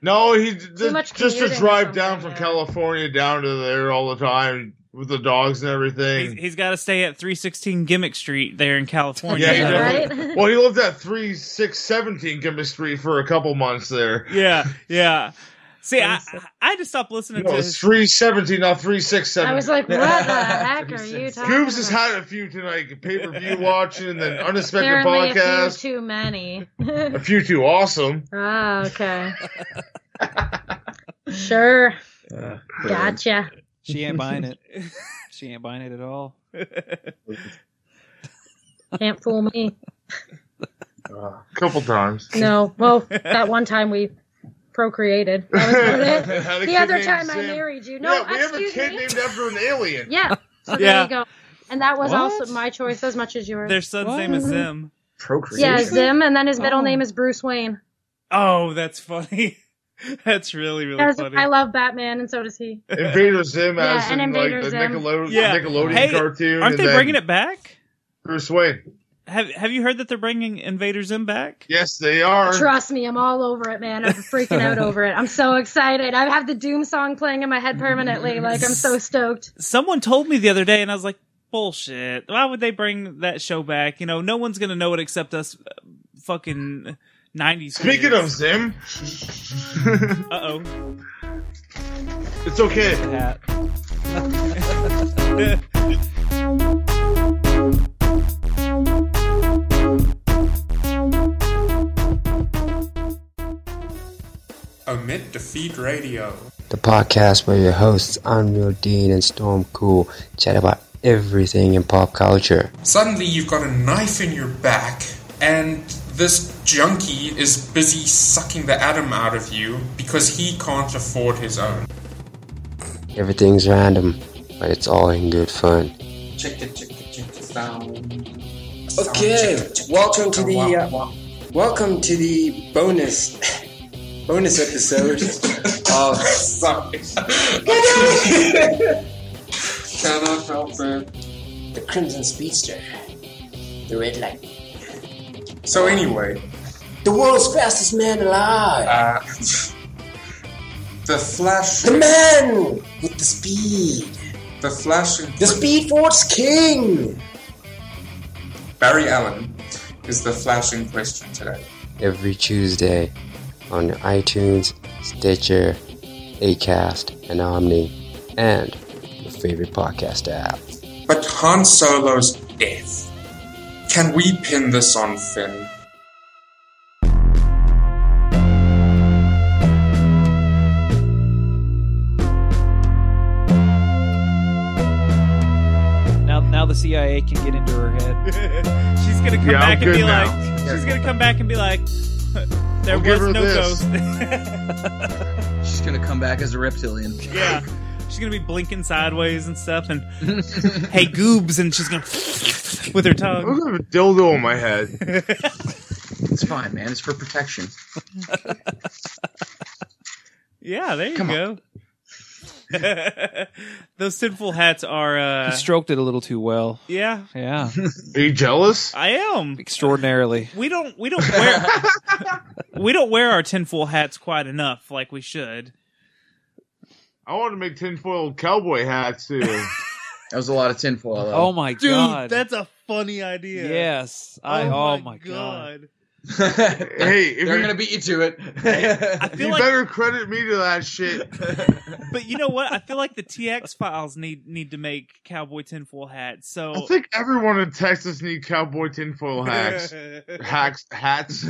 I: No, he d- d-
G: much
I: just to
G: commuting or
I: drive down from California down to there all the time with the dogs and everything.
G: he's got to stay at three sixteen Gimmick Street there in California.
I: yeah, he definitely- well, he lived at three six seventeen Gimmick Street for a couple months there.
G: Yeah, yeah. See, I, I- I had to stop listening
I: No,
G: to
I: it's
G: his.
I: three seventeen, not three six seven.
E: I was like, what the heck are you talking
I: Goobs has
E: about?
I: had a few tonight. Pay per view watching, and then unexpected
E: Apparently a
I: podcast.
E: few too many.
I: A few too awesome.
E: ah, okay. sure. Gotcha.
H: She ain't buying it. she ain't buying it at all.
E: Can't fool me.
I: A Uh, couple times.
E: No. Well, that one time we procreated. That was about
I: Had
E: it.
I: a
E: the
I: kid
E: other
I: named
E: time I
I: Sam.
E: married you. No,
I: yeah, we have a
E: excuse
I: kid
E: me.
I: named after an alien.
E: Yeah. So there
I: Yeah.
E: you go. And that was
I: What?
E: also my choice as much as yours.
G: Their son's name is Zim.
E: Yeah, Zim, and then his middle
G: Oh.
E: name is Bruce Wayne.
G: Oh, that's funny. that's really really
E: Because
G: funny.
E: I love Batman, and so does he.
I: Invader Zim
E: Yeah,
I: as
E: and
I: in like
E: Invader
I: the
E: Zim.
I: Nickelode-
G: Yeah.
I: Nickelodeon
G: Hey,
I: cartoon.
G: aren't
I: and
G: they
I: then
G: bringing it back?
I: Bruce Wayne.
G: Have Have you heard that they're bringing Invader Zim back?
I: Yes, they are.
E: Trust me, I'm all over it, man. I'm freaking out over it. I'm so excited. I have the Doom song playing in my head permanently. Like I'm so stoked.
G: Someone told me the other day, and I was like, "Bullshit! Why would they bring that show back? You know, no one's gonna know it except us, uh, fucking '90s."
I: Speaking of Zim,
G: uh oh.
I: it's okay.
O: Omit Defeat Radio.
P: The podcast where your hosts, Unreal Dean and Storm Cool, chat about everything in pop culture.
O: Suddenly, you've got a knife in your back, and this junkie is busy sucking the atom out of you because he can't afford his own.
P: Everything's random, but it's all in good fun.
M: Check it, check it, check it
Q: Okay, welcome to the uh, welcome to the bonus bonus episode of sorry. Cannot help it. The Crimson Speedster, the red light.
O: So anyway,
Q: The world's fastest man alive.
O: uh, the Flash.
Q: The man with the speed.
O: The Flash.
Q: The Speed Force King.
O: Barry Allen is the Flash in question today.
P: Every Tuesday on iTunes, Stitcher, Acast, and Omni, and your favorite podcast app.
O: But Han Solo's death. Can we pin this on Finn?
H: Now, now the CIA can get into her head.
G: she's gonna come
H: Yeah, I'm
G: back and
H: good
G: be
H: now.
G: like, she's gonna come back and be like, there
J: I'll give
G: was
J: her
G: no
J: this.
G: ghost.
J: She's gonna come back as a reptilian.
G: yeah, she's gonna be blinking sideways and stuff, and hey goobs, and she's gonna with her
I: I
G: tongue.
I: have a dildo on my head.
J: It's fine, man. It's for protection.
G: Yeah, there you go. Those sinful hats are. uh
H: he stroked it a little too well.
G: Yeah,
H: Yeah.
I: Are you jealous?
G: I am
H: extraordinarily.
G: we don't we don't wear we don't wear our tinfoil hats quite enough like we should.
I: I want to make tinfoil cowboy hats too.
J: that was a lot of tinfoil.
G: though.
H: Oh my
G: Dude,
H: god.
G: that's a funny idea.
H: Yes. I oh, my god.
R: Hey, if
J: they're
R: you-
J: gonna beat you to it.
G: I feel
R: you
G: like-
R: better credit me to that shit.
G: But you know what? I feel like the TX files need need to make cowboy tinfoil hats. So
I: I think everyone in Texas need cowboy tinfoil hats. Hacks, hats.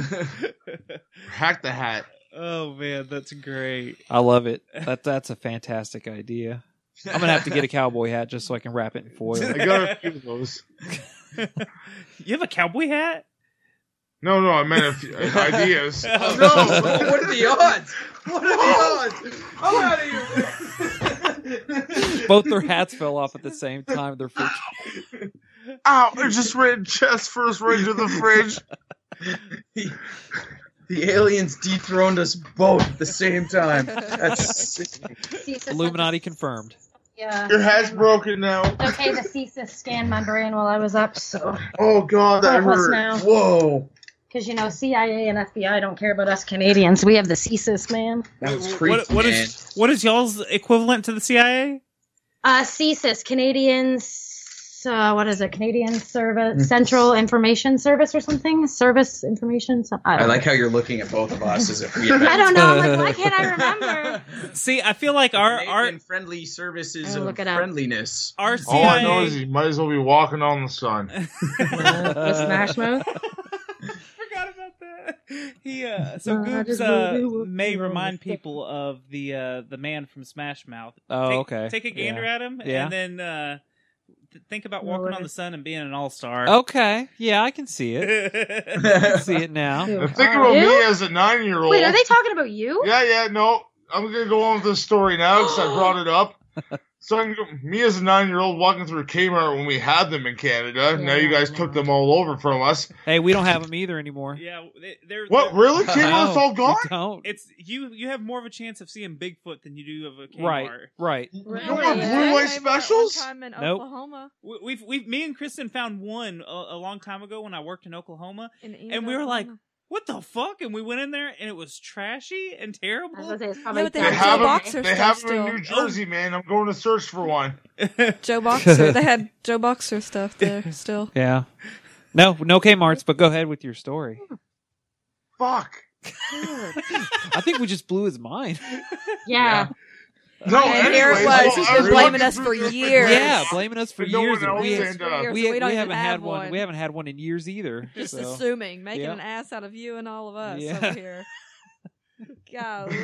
I: Hack the hat.
G: Oh man, that's great.
H: I love it. That that's a fantastic idea. I'm gonna have to get a cowboy hat just so I can wrap it in foil.
I: I got a few of those.
G: You have a cowboy hat?
I: No, no, I meant a few ideas.
J: Oh, no, what are the odds? What are the odds? I'm out of here.
H: Both their hats fell off at the same time. They're freaking.
I: Ow! I just ran chest first right into the fridge.
J: The aliens dethroned us both at the same time. That's sickening.
H: Illuminati confirmed.
E: Yeah.
I: Your hat's broken now.
E: It's okay, the thesis scanned my brain while I was up, so
I: Oh god, that
E: Help us
I: hurt.
E: now.
I: Whoa.
E: because you know CIA and FBI don't care about us Canadians. We have the CSIS, man.
J: That was
G: what, what is what is y'all's equivalent to the CIA?
E: Uh, CSIS, Canadians. Uh, what is it? Canadian Service Central Information Service or something? Service Information. Some, I,
J: I
E: don't
J: like how you're looking at both of us as if we.
E: I don't know. I'm like, why can't I remember?
G: See, I feel like our our
J: friendly services
E: I'll
J: of
E: look it up.
J: friendliness.
G: our
I: All I know is
G: CIA
I: you might as well be walking on the sun.
E: With Smash Mouth.
G: forgot about that. He uh, so
E: Uh, I
G: Goops
E: just
G: uh,
E: really want
G: may
E: to know
G: remind
E: what's
G: people of the uh, the man from Smash Mouth.
H: Oh,
G: Take-
H: okay.
G: Take a
H: Yeah.
G: gander at him,
H: Yeah.
G: and then uh, th- think about walking on the sun and being an all star.
H: Okay. Yeah, I can see it. I can see it now.
I: And think about
E: You?
I: me as a nine year old.
E: Wait, are they talking about you?
I: Yeah, yeah, no. I'm going to go on with this story now because I brought it up. So I'm, go- me as a nine year old walking through Kmart when we had them in Canada. now you guys took them all over from us.
H: Hey, we don't have them either anymore.
G: Yeah, they- they're
I: What,
G: they're-
I: really?
H: No,
I: Kmart's all gone?
H: we don't.
G: It's you. You have more of a chance of seeing Bigfoot than you do of a
H: Right.
G: Kmart.
H: Right.
I: No more blue light specials?
A: Time in
H: Nope.
A: Oklahoma.
G: We- We've we've me and Kristen found one a, a long time ago when I worked in Oklahoma,
A: In
G: and we were like, "What the fuck?" And we went in there, and it was trashy and
E: I was
G: terrible.
E: gonna say, it's
A: Yeah,
E: probably
A: but they
I: They
A: had
I: have
A: Joe
I: 'em-
A: Boxer
I: they
A: stuff
I: have them
A: still. Oh,
I: in New Jersey, man. I'm going to search for one.
A: Joe Boxer. they had Joe Boxer stuff there still.
H: Yeah. No, no Kmart's, but go ahead with your story.
I: Fuck.
H: I think we just blew his mind.
E: yeah.
I: No,
A: and here it
I: anyways,
A: was.
I: well,
A: He's
I: I
A: been blaming
I: walking
A: us
I: through
A: for
I: different-
A: years.
H: Yeah, blaming us for
I: But no
H: years.
I: one
H: and we,
I: else
A: Years
I: ended up.
A: for years.
H: we,
A: we don't
H: we
A: even
H: haven't
A: have
H: had one.
A: one.
H: We haven't had one in years either.
A: Just
H: so.
A: assuming, making
H: Yeah.
A: an ass out of you and all of us
H: Yeah.
A: over here. Golly.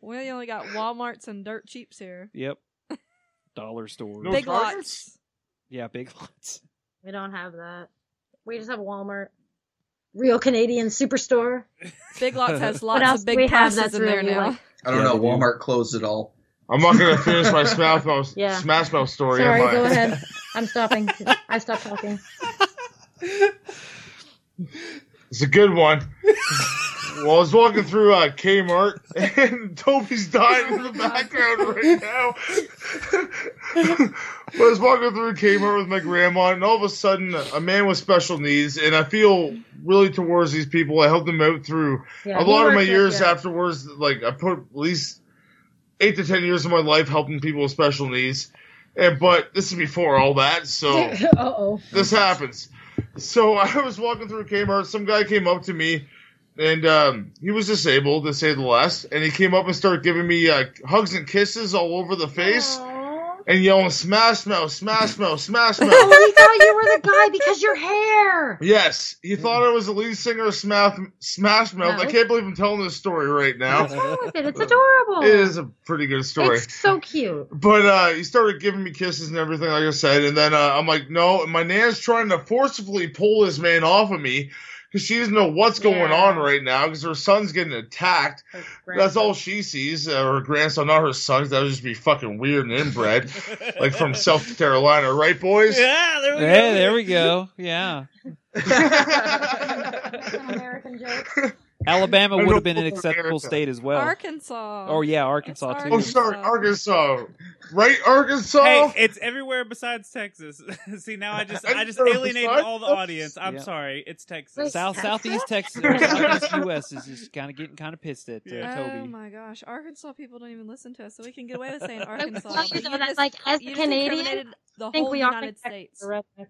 A: we only got Walmarts and dirt cheaps here.
H: Yep. Dollar store.
I: No
A: Big
I: Targets?
A: lots.
H: Yeah, big lots.
E: We don't have that. We just have Walmart. Real Canadian Superstore.
A: Big lots has
E: What
A: lots
E: else
A: of
E: do
A: big
E: we have
A: prices
E: that's
A: in
E: really
A: there now.
E: like?
J: I don't
H: Yeah,
J: know.
H: they do.
J: Walmart closed it all.
I: I'm not going to finish my Smash Mouth,
E: Yeah.
I: Smash Mouth story.
E: Sorry,
I: am I?
E: go ahead. I'm stopping. I stopped talking.
I: It's a good one. well, I was walking through uh, Kmart, and Toby's dying in the background right now. but I was walking through Kmart with my grandma, and all of a sudden, a man with special needs, and I feel really towards these people. I helped them out through
E: Yeah,
I: a
E: he
I: lot of my
E: worked with-
I: years
E: yeah.
I: afterwards, like I put at least eight to ten years of my life helping people with special needs. And but this is before all that, so
E: Uh-oh.
I: this happens. So I was walking through Kmart. Some guy came up to me, and um, he was disabled, to say the least. And he came up and started giving me uh, hugs and kisses all over the face, and yelling "Smash Mouth, Smash Mouth, Smash Mouth."
E: Oh, he thought you were the guy because your hair.
I: yes, he thought I was the lead singer of Smash, Smash Mouth. I
E: No.
I: can't believe I'm telling this story right now.
E: What's wrong with it? It's adorable.
I: It is a pretty good story.
E: It's so cute.
I: But uh, he started giving me kisses and everything, like I said. And then uh, I'm like, no, and my nan's trying to forcibly pull this man off of me because she doesn't know what's going
E: Yeah.
I: on right now because her son's getting attacked. That's all she sees. Uh, her grandson, not her son. 'cause That would just be fucking weird and inbred, like from South Carolina, right, boys?
G: Yeah, there we go.
H: Hey, there we go. Yeah.
E: Some American jokes.
H: Alabama
I: I
H: would have
I: know
H: been an
I: North
H: acceptable
I: America.
H: state as well.
A: Arkansas.
H: Oh yeah, Arkansas too.
I: Oh, sorry, Arkansas. Right, Arkansas.
G: Hey, it's everywhere besides Texas. See, now I just I just alienated all the audience. I'm
H: Yeah.
G: sorry. It's Texas.
H: South southeast Texas, or southeast U.S. is just kind of getting kind of pissed at uh,
A: Oh
H: Toby.
A: my gosh, Arkansas people don't even listen to us, so we can get away with saying Arkansas.
E: tell you
A: but
E: though
A: you
E: that,
A: just-
E: like, as
A: you
E: a
A: just
E: Canadian,
A: incriminated the
E: I think
A: whole
E: we all
A: United
E: think
A: States.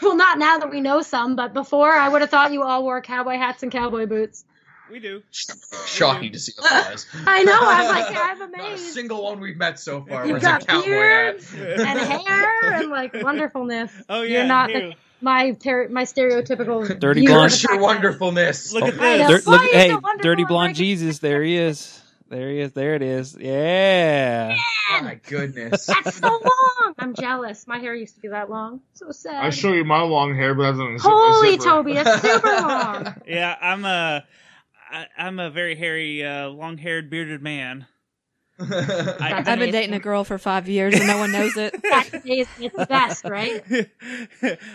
E: well, not now that we know some, but before I would have thought you all wore cowboy hats and cowboy boots.
G: We do.
J: Shocking to see us.
E: I know. I'm like, I'm
J: Not a
E: amazed.
J: single one we've met so far. wears
E: You've
J: a
E: got
J: cowboy
E: beards
J: hat.
E: and hair and like wonderfulness.
G: Oh
E: you're
J: yeah,
E: not
J: you.
E: the- my ter- my stereotypical
H: Dirty
E: view of
H: blonde.
E: the
J: Your wonderfulness.
G: Look at
E: I know.
H: Oh, Dirt-
E: Why
H: look-
E: is
H: hey,
E: the wonderful
H: dirty blonde Jesus. There he is. There he is. There it is. Yeah.
J: My goodness.
E: That's so long. I'm jealous. My hair used to be that long. So sad.
I: I show you my long hair, but I don't.
E: Holy Toby, that's super long.
G: yeah, I'm a I, I'm a very hairy, uh, long-haired, bearded man. I,
A: I've been dating a girl for five years and no one knows it.
E: it's the best, right?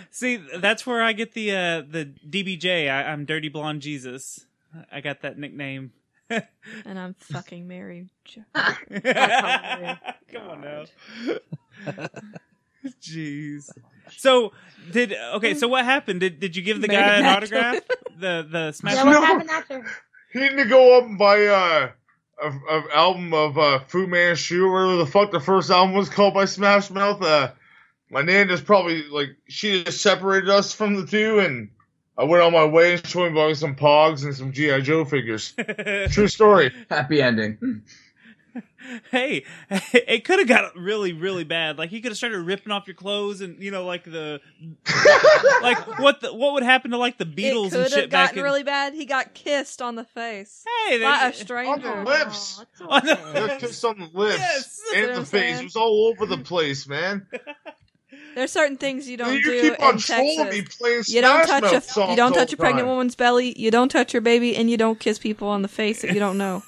G: See, that's where I get the uh, the DBJ. I, I'm Dirty Blonde Jesus. I got that nickname.
A: And I'm fucking married.
G: Come on now. Jeez. So did okay? So what happened? Did did you give the
I: Megan
G: guy an
I: Maxwell.
G: autograph? The the smash.
E: Yeah, what happened after?
I: He need to go up and buy uh, a, a album of uh, Fu Manchu, or whatever the fuck the first album was called by Smash Mouth. Uh, my nan just probably like she just separated us from the two, and I went on my way and she went and bought me some Pogs and some GI Joe figures. True story.
J: Happy ending. Hmm.
G: hey, it could have got really, really bad. Like he could have started ripping off your clothes, and you know, like the like what the, what would happen to like the Beatles
A: it
G: and
A: could have
G: shit back
A: gotten
G: in
A: really bad. He got kissed on the face.
G: Hey,
A: by
G: they-
A: a stranger.
I: On the lips.
G: On the
I: Yeah, kissed on the lips
A: Yes, that's what
I: and
A: I'm
I: the face.
A: saying.
I: It was all over the place, man.
A: There's certain things you don't
I: You
A: do
I: keep on
A: in
I: trolling
A: Texas.
I: me playing
A: you don't
I: Smash
A: touch a
I: Mouth songs
A: you don't
I: all
A: touch
I: the
A: a pregnant
I: time.
A: woman's belly. You don't touch your baby, and you don't kiss people on the face if you don't know.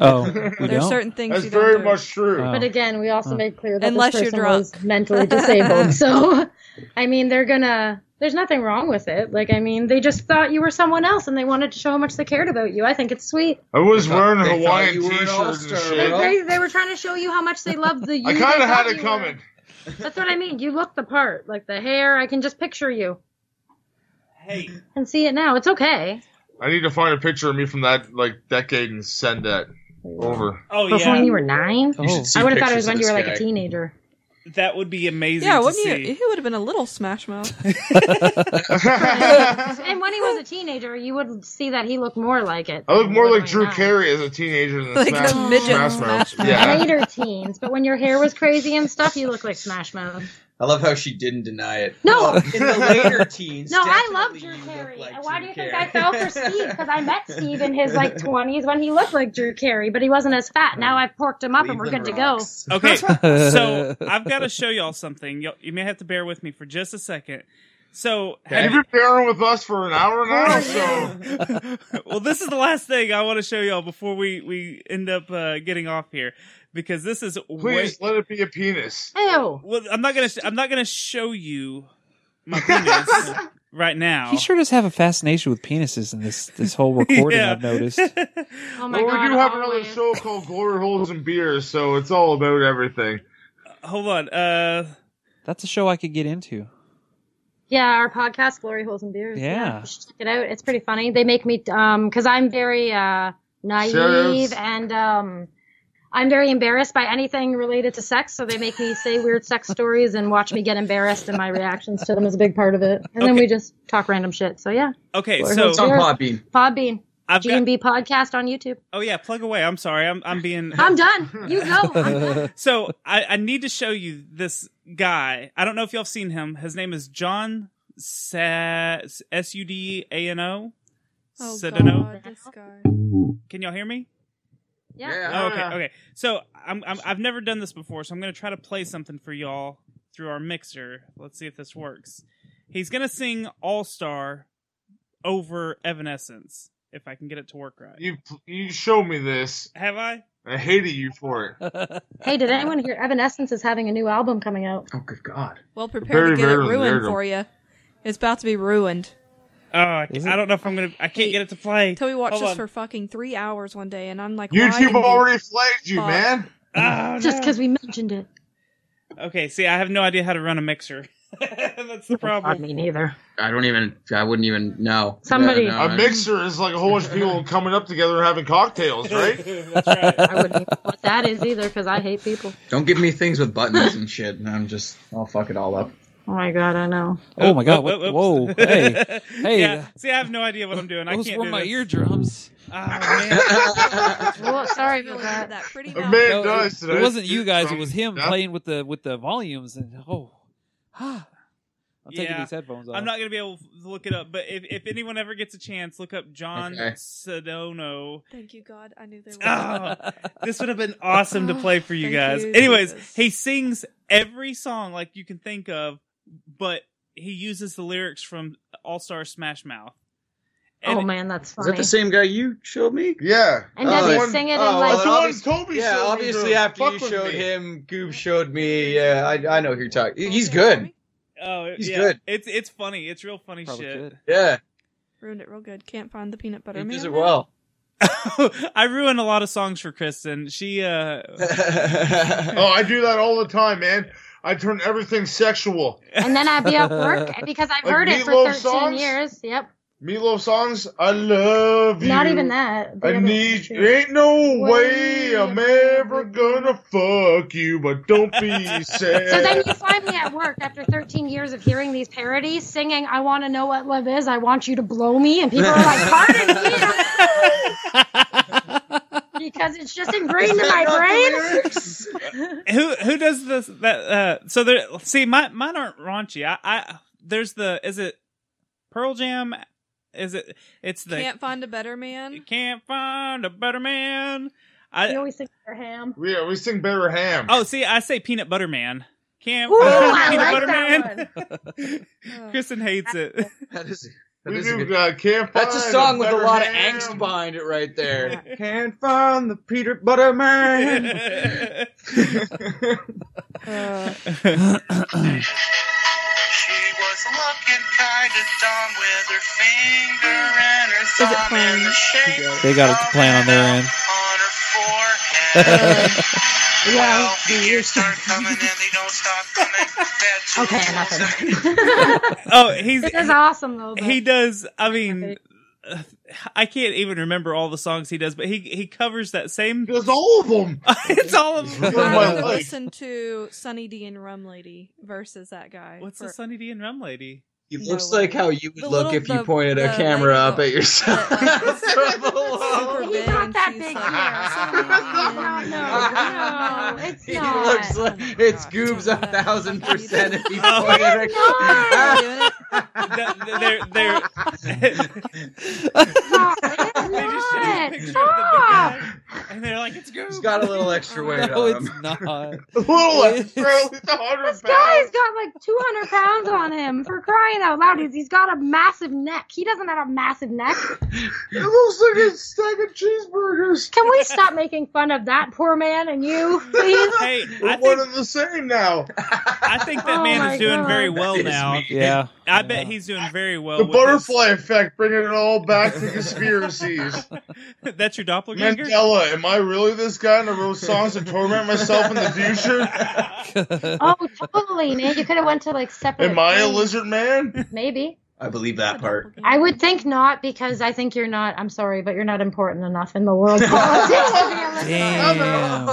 H: Oh, we
A: There's
H: don't?
A: certain things
I: That's
A: you
I: very
A: don't do.
I: much true.
E: But again, we also
A: Oh.
E: made clear that
A: Unless
E: this
A: you're
E: person
A: drunk.
E: was mentally disabled. so, I mean, they're gonna. There's nothing wrong with it. Like, I mean, they just thought you were someone else, and they wanted to show how much they cared about you. I think it's sweet.
I: I was
J: They thought-
I: wearing a
J: they thought
I: Hawaiian
J: you were an
I: t-shirt and
J: all-star,
I: shit.
E: They, they, they were trying to show you how much they loved the. You
I: I kind
E: they
I: of had
E: thought
I: it
E: you
I: coming.
E: were. That's what I mean. You look the part, like the hair. I can just picture you.
G: Hey.
E: And see it now. It's okay.
I: I need to find a picture of me from that like decade and send that over.
G: Oh
E: But
G: yeah,
E: when you were nine,
G: You should see
E: I would have thought it
G: pictures
E: was
G: of
E: when you
G: this
E: were like
G: guy.
E: a teenager.
G: that would be amazing.
A: Yeah,
G: to
A: wouldn't
G: see.
A: you? He would have been a little smash mouth.
E: and when he was a teenager, you would see that he looked more like it.
I: I look more like
E: Why
I: Drew
E: not?
I: Carey as a teenager than
E: Like
I: Smash,
E: a midget
I: Smash Mouth. Yeah.
E: Later teens, but when your hair was crazy and stuff, you looked like Smash Mouth.
J: I love how she didn't deny it.
E: No.
J: in the later teens.
E: No, I
J: definitely
E: love Drew
J: you look
E: Carey.
J: like
E: Why do
J: Drew
E: you think
J: Carey.
E: I fell for Steve? Because I met Steve in his like twenties when he looked like Drew Carey, but he wasn't as fat. Now I've porked him up and we're good to go.
G: Okay, so I've got to show y'all something. Y'all, you may have to bear with me for just a second. So,
I: Have you been pairing with us for an hour
E: Oh,
I: now? So
G: well, this is the last thing I want to show y'all before we we end up uh, getting off here because this is
I: please let it be a penis.
E: Ew.
G: Well, I'm not gonna I'm not gonna show you my penis right now.
H: He sure does have a fascination with penises in this this whole recording.
G: Yeah.
H: I've noticed.
E: Oh
I: well, we do have another show called Glory Holes and Beers, so it's all about everything.
G: Hold on. Uh,
H: That's a show I could get into.
E: Yeah, our podcast, Glory Holes and Beers.
H: Yeah.
E: you should check it out. It's pretty funny. They make me um because I'm very uh naive
H: Shoutouts.
E: and um I'm very embarrassed by anything related to sex, so they make me say weird sex stories and watch me get embarrassed, and my reactions to them is a big part of it. And then we just talk random shit. So yeah,
G: okay,
E: Glory
G: so
E: Holes and Beers. Podbean,
G: I've got-
E: G&B podcast on YouTube.
G: Oh yeah, plug away. I'm sorry. I'm I'm being.
E: I'm done. You go. I'm done.
G: so I, I need to show you this guy. I don't know if y'all have seen him. His name is John Sa- S U D A N O.
A: Oh,
G: Sedano.
A: God, this guy.
G: Can y'all hear me?
E: Yeah.
G: Oh, okay. Okay. So I'm, I'm I've never done this before, so I'm gonna try to play something for y'all through our mixer. Let's see if this works. He's gonna sing All Star over Evanescence if I can get it to work right.
I: You you showed me this.
G: Have I?
I: I hated you for
H: it.
E: Hey, did anyone hear Evanescence is having a new album coming out?
J: Oh, good God.
A: Well, prepare
I: Very
A: to get it
I: rarely,
A: ruined
I: rarely.
A: for you. It's about to be ruined.
G: Oh, I, I don't know if I'm gonna. I can't get it to play.
A: Toby watched
G: Hold
A: this
G: on.
A: for fucking three hours one day, and I'm like, why
G: YouTube
A: did you-
G: already
N: flagged
G: you, man. Oh,
E: Just
G: no.
E: because we mentioned it.
G: Okay, see, I have no idea how to run a mixer. That's the problem.
E: Me neither.
J: I don't even. I wouldn't even know.
E: Somebody-
J: No, no,
N: a
J: I-
N: mixer is like a whole bunch of people coming up together and having cocktails, right?
G: That's right.
E: I wouldn't even know what that is either because I hate people.
J: Don't give me things with buttons and shit, and I'm just. I'll fuck it all up.
E: Oh my god, I know.
H: Oh my god! What,
G: Oops.
H: whoa! Hey, hey! uh,
G: Yeah. See, I have no idea what I'm doing. I
H: Those
G: can't
H: were
G: do
H: my
G: this. Ah,
H: eardrums.
E: Well, sorry for that.
A: pretty
N: A man
H: No,
N: dies
H: it,
N: today.
H: it wasn't you guys. It was
N: From-
H: him
N: Yeah.
H: playing with the with the volumes and oh, I'm taking
G: Yeah.
H: these headphones off.
G: I'm not gonna be able to look it up, but if, if anyone ever gets a chance, look up John
H: Okay.
G: Sedono.
A: Thank you, God. I knew there
G: Oh,
A: was.
G: this would have been awesome to play for you
A: Thank
G: guys.
A: you,
G: Anyways,
A: Jesus.
G: he sings every song like you can think of, but he uses the lyrics from All Star Smash Mouth.
E: Oh
G: And-
E: man, that's
J: Is
E: funny.
J: that the same guy you showed me?
N: Yeah.
E: And
I: Uh,
E: does he
J: it's-
E: sing it in,
J: oh,
E: like-
J: well,
E: That's the one
J: obvious-
E: Toby
J: Yeah,
E: showed me,
J: obviously
E: bro.
J: after
E: Fuck
J: you
E: with
J: showed
E: me.
J: him, Goob showed me. Yeah, I, I know who you're talking. He's good.
G: Oh,
J: He's
G: yeah.
J: good.
G: It's it's funny. It's real funny shit.
J: Yeah,
A: Ruined it real good. Can't find the peanut butter
J: he
A: man.
J: does it
A: now.
J: well.
G: I ruin a lot of songs for Kristen. She uh
N: oh, I do that all the time, man. I turn everything sexual.
E: And then I'd be at work because I've
N: Like
E: heard it for
N: Meatloaf
E: 13
N: songs?
E: years. Yep.
N: Meatloaf songs, I love you.
E: Not even that. The
N: I
E: other-
N: need you. Ain't no way I'm ever gonna fuck you, but don't be sad.
E: So then you find me at work after 13 years of hearing these parodies singing, I want to know what love is. I want you to blow me. And people are like, pardon me. because it's just ingrained in my brain.
G: who who does this that uh so there see my mine aren't raunchy. I, I there's the is it Pearl Jam is it it's the
A: Can't find a better man.
G: Can't find a better man. I
E: You always think they're ham.
N: Yeah, we sing Better Ham.
G: Oh, see, I say Peanut Butter Man. Can't
E: Ooh,
G: find
E: I
G: Peanut
E: like
G: Butter
E: that
G: Man. Kristen hates it.
J: That is,
N: We
J: is
N: do,
J: a good-
N: uh, can't
J: That's a
N: find
J: song with a
N: better
J: lot
N: ham.
J: of angst behind it right there. Can't find the Peter Butter Man.
S: She was looking kind of dumb with her finger and her
H: it
S: thumb in the shape
H: They got it to plan on their end.
S: Well, the years start coming and they don't stop coming.
E: Okay, enough of that.
G: Oh, he's
E: This is awesome, though. but-
G: he does. I mean, uh, I can't even remember all the songs he does, but he he covers that same.
N: Does all of them?
G: it's all of them.
A: I rather listen to Sunny D and Rum Lady versus that guy.
G: What's
A: for-
G: the Sunny D and Rum Lady?
J: He looks like how you would
A: The
J: look
A: little-
J: if you
A: the-
J: pointed
A: the
J: a camera
A: lady
J: up at yourself.
A: uh, Super
E: He's
A: big
E: not
A: and
E: that
A: she's
E: big
A: like-
E: here. No, no, no, it's
J: he
E: not.
J: looks like it's Goob's a thousand percent if you pointed a
G: They're they're
E: Stop. It is not. Stop.
G: and they're like it's Goob.
J: He's got a little extra weight
H: No,
J: on
H: it's
J: him.
H: not.
N: Little extra.
E: This guy's got like 200 pounds on him for crying out loud. He's, he's got a massive neck. He doesn't have a massive neck.
N: It looks like a stack of cheeseburgers.
E: Can we stop making fun of that poor man and you, please?
G: Hey,
N: We're
G: I
N: one
G: think
N: and the same now.
G: I think that
E: Oh
G: man
E: my
G: is doing
E: God.
G: very well now.
H: Yeah.
G: I bet he's doing very well.
N: the
G: with his-
N: butterfly effect, bringing it all back to conspiracies.
G: That's your doppelganger.
N: Mandela, am I really this guy? And I wrote songs to torment myself in the future.
E: Oh, totally, man. You could have went to like separate.
N: Am I a
E: things.
N: lizard man?
E: Maybe.
J: I believe that part.
E: I would think not because I think you're not. I'm sorry, but you're not important enough in the world. no,
H: Damn.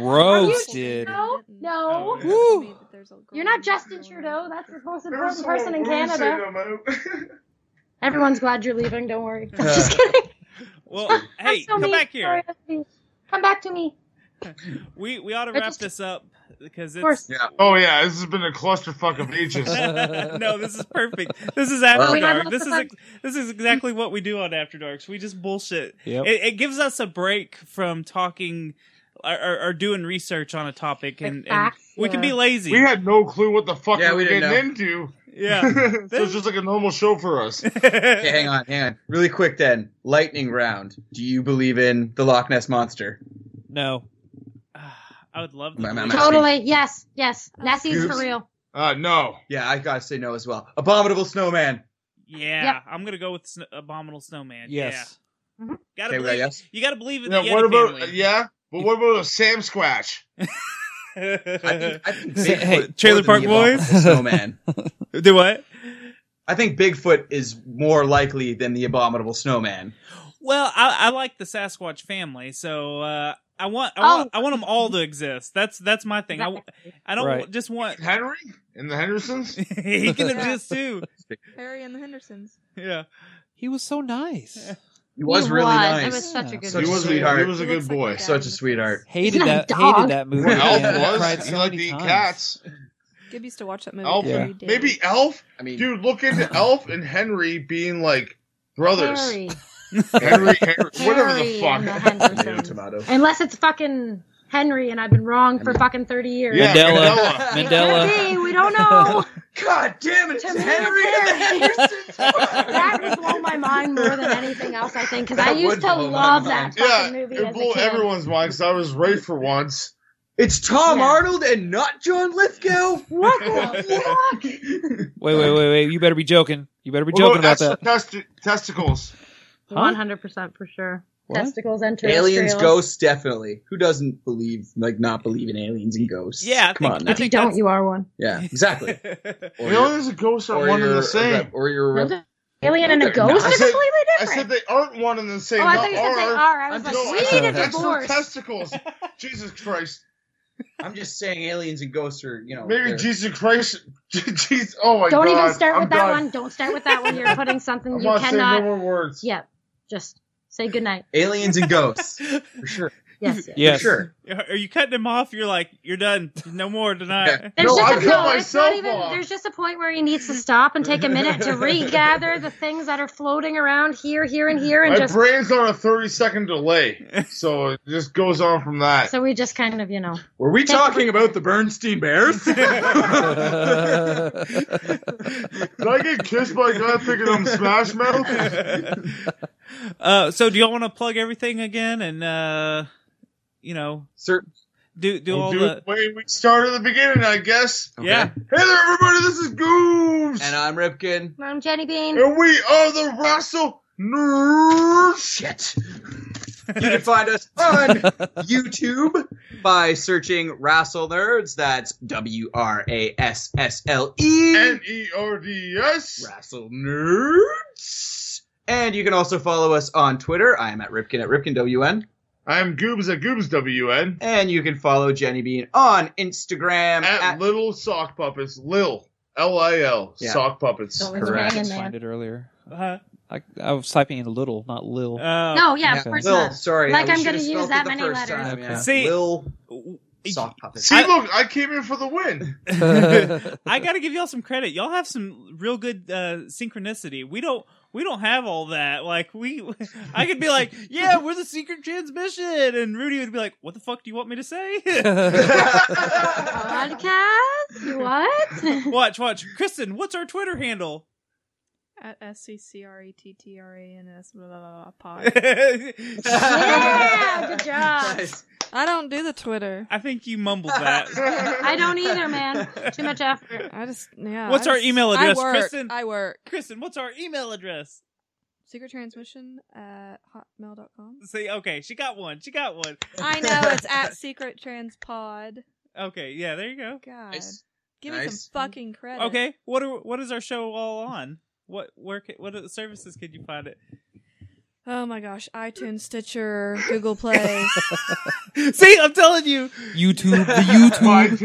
H: Roasted.
E: no. You're not Justin Trudeau. That's the most important person in Canada. Everyone's glad you're leaving. Don't worry. I'm just kidding.
G: Well, hey,
E: So
G: come
E: mean.
G: back here.
E: Sorry, that's me. Come back to me.
G: We we ought to wrap this up because it's
E: course.
N: Oh yeah, this has been a clusterfuck of ages.
G: no. This is perfect. This is
N: Well-
G: after
N: We had
G: dark.
N: lots
G: This
N: of
G: is
N: fun.
G: ex- this is exactly what we do on After Darks. We just bullshit.
H: Yep.
G: It, it gives us a break from talking or, or, or doing research on a topic, and, and
E: facts,
G: we can
E: yeah.
G: be lazy.
N: We had no clue what the fuck
J: Yeah,
N: we were
J: we
N: getting
J: didn't
N: into.
G: Yeah.
N: so it's just like a normal show for us.
J: Okay, hang on, hang on. Really quick then. Lightning round. Do you believe in the Loch Ness Monster?
H: No.
G: I would love
J: My- my- my-
E: Totally. Yes. Yes. Nessie's for
J: Goose.
E: real.
N: Uh, no.
J: Yeah, I gotta say no as well. Abominable Snowman.
G: Yeah,
E: Yep.
G: I'm gonna go with Sn- Abominable Snowman.
H: Yes.
G: Yeah.
E: Mm-hmm.
G: Gotta
I: Okay, well,
G: believe,
I: yes.
G: You gotta believe in
I: Now,
G: the
I: what
G: Yeti
N: uh,
I: about
G: family.
I: yeah? But what about a Sam Squatch?
J: Bigfoot
G: hey,
J: more
G: Trailer
J: than
G: Park
J: the abominable
G: Boys?
J: Snowman.
G: Do what?
I: uh,
J: I think Bigfoot is more likely than the Abominable Snowman.
G: Well, I, I like the Sasquatch family, so uh, I want I want
E: Oh.
G: I want them all to exist. That's that's my thing. I, w- I don't
I: Right.
G: just want
I: Henry and the Hendersons.
G: he can exist too.
A: Harry and the Hendersons.
G: Yeah.
H: He was so nice.
J: He was
A: He
J: really
A: was.
J: nice.
A: It was such a good
J: Such
A: He
J: a
A: was- he
J: sweetheart.
A: was a He good looks like boy. a dad.
J: Such a sweetheart.
H: Hated
A: He's not a
H: that. Hated that movie.
I: Elf
H: man. I
I: was.
H: cried
I: He
H: so
I: liked
H: many
I: to eat
H: times.
I: cats.
A: Gib used to watch that movie
I: Elf.
A: every day.
I: Maybe Elf.
J: I mean,
I: dude, look into Elf and Henry being like brothers.
E: Harry.
I: Henry, Henry, whatever the
E: Harry
I: fuck.
E: and the Hendersons. Unless it's fucking Henry and I've been wrong for fucking 30 years.
H: Yeah, Mandela. Mandela.
E: It could be, we don't know.
J: God damn it, it's Henry and the Hendersons.
E: that would blow my mind more than anything else, I think, because I
I: That
E: used
I: would
E: to
I: blow my
E: love that
I: mind.
E: fucking
I: Yeah,
E: movie
I: It
E: as a
I: blew
E: kid.
I: everyone's mind because I was right for once.
J: It's Tom Arnold and not John Lithgow. What the fuck?
H: Wait, wait, wait, wait! You better be joking. You better be
I: What
H: joking about that.
I: testi- testicles.
H: Huh?
E: 100% for sure.
H: What?
E: Testicles and
J: Aliens,
E: terrestrials.
J: ghosts, definitely. Who doesn't believe, like, not believe in aliens and ghosts?
E: Yeah, I
J: come
E: think-
J: on.
E: I
J: now.
E: think If you don't, that's- you are one.
J: Yeah, exactly.
I: You know, there's a ghost are one and the same.
J: Or you're
E: No, the alien and a ghost
J: Oh
I: I
E: are
I: said-
E: completely
I: I
E: different.
I: said they aren't one and the same.
E: Oh, I
I: not
E: thought you said they
I: are.
E: are. I was like, we
I: said
E: need a
I: that's their
E: divorce.
I: testicles. Jesus Christ.
J: I'm just saying aliens and ghosts are, you know.
I: Maybe
J: they're-
I: Jesus Christ. Jesus. Oh my
E: Don't
I: God.
E: even start
I: I'm
E: with that
I: done.
E: one. Don't start with that one. You're putting something
I: I'm
E: you
I: not saying
E: cannot.
I: no more words.
E: Yeah, just say goodnight.
J: Aliens and ghosts. For sure.
E: Yes. yes.
H: Yes.
J: sure.
G: Are you cutting him off? You're like, you're done. No more tonight.
E: There's just a, no, it's not even, There's just a point where he needs to stop and take a minute to regather the things that are floating around here, here, and here, and
I: My
E: just
I: brain's on a 30 second delay. So it just goes on from that.
E: so we just kind of, you know.
J: Were we talking about the Bernstein Bears? Did
I: I get kissed by a guy thinking I'm Smash Mouth?
G: Uh, so do y'all want to plug everything again and uh, you know, do do
I: We'll
G: all
I: do
G: the
I: it the way we started at the beginning, I guess.
G: yeah.
I: Hey there, everybody. This is Goose.
J: And I'm Ripkin.
E: I'm Jenny Bean.
I: And we are the Russell Nerd Shit.
J: You can find us on YouTube by searching Rassle Nerds. That's W R A S S L E.
I: N E R D S.
J: Rassle Nerds. And you can also follow us on Twitter. I am at Ripkin at Ripkin WN.
I: I'm Goobs at Goobs WN.
J: And you can follow Jenny Bean on Instagram
I: At,
J: at
I: Little Sock Puppets. Lil. L I L.
J: Yeah.
I: Sock Puppets.
H: Correct. I find it earlier.
G: Uh,
H: I, I was typing in little, not lil.
G: Oh.
E: No, yeah, of course
J: Lil,
E: not.
J: sorry,
E: Like
J: I
E: I'm
J: should've
E: going to use
J: spelled
E: that
J: it the
E: many
J: first
E: letters.
J: time, yeah.
G: See-
J: Lil Sock Puppets.
I: See, look, I came in for the win.
G: I got to give y'all some credit. Y'all have some real good uh, synchronicity. We don't we don't have all that. Like we, I could be like, yeah, we're the secret transmission, and Rudy would be like, what the fuck do you want me to say?
E: Podcast? What?
G: watch, watch, Kristen. What's our Twitter handle?
A: At S C C R E T T R A N S blah blah blah blah, pod.
E: yeah, good job.
A: I don't do the Twitter.
G: I think you mumbled that.
E: I don't either, man. Too much effort.
A: I just yeah.
G: What's
A: I
G: our
A: just-
G: email
A: I
G: address,
A: work,
G: Kristen?
A: I work.
G: Kristen, what's our email address?
A: Secret transmission at hotmail.com.
G: See, okay, she got one. She got one.
A: I know it's at secret transpod.
G: Okay, yeah, there you go.
A: God,
G: Nice.
A: give me
G: Nice.
A: some fucking credit.
G: Okay, what are, what is our show all on? What where ca- what other services could you find it?
A: Oh my gosh, iTunes, Stitcher, Google Play,
G: See, I'm telling you,
H: YouTube, the YouTube.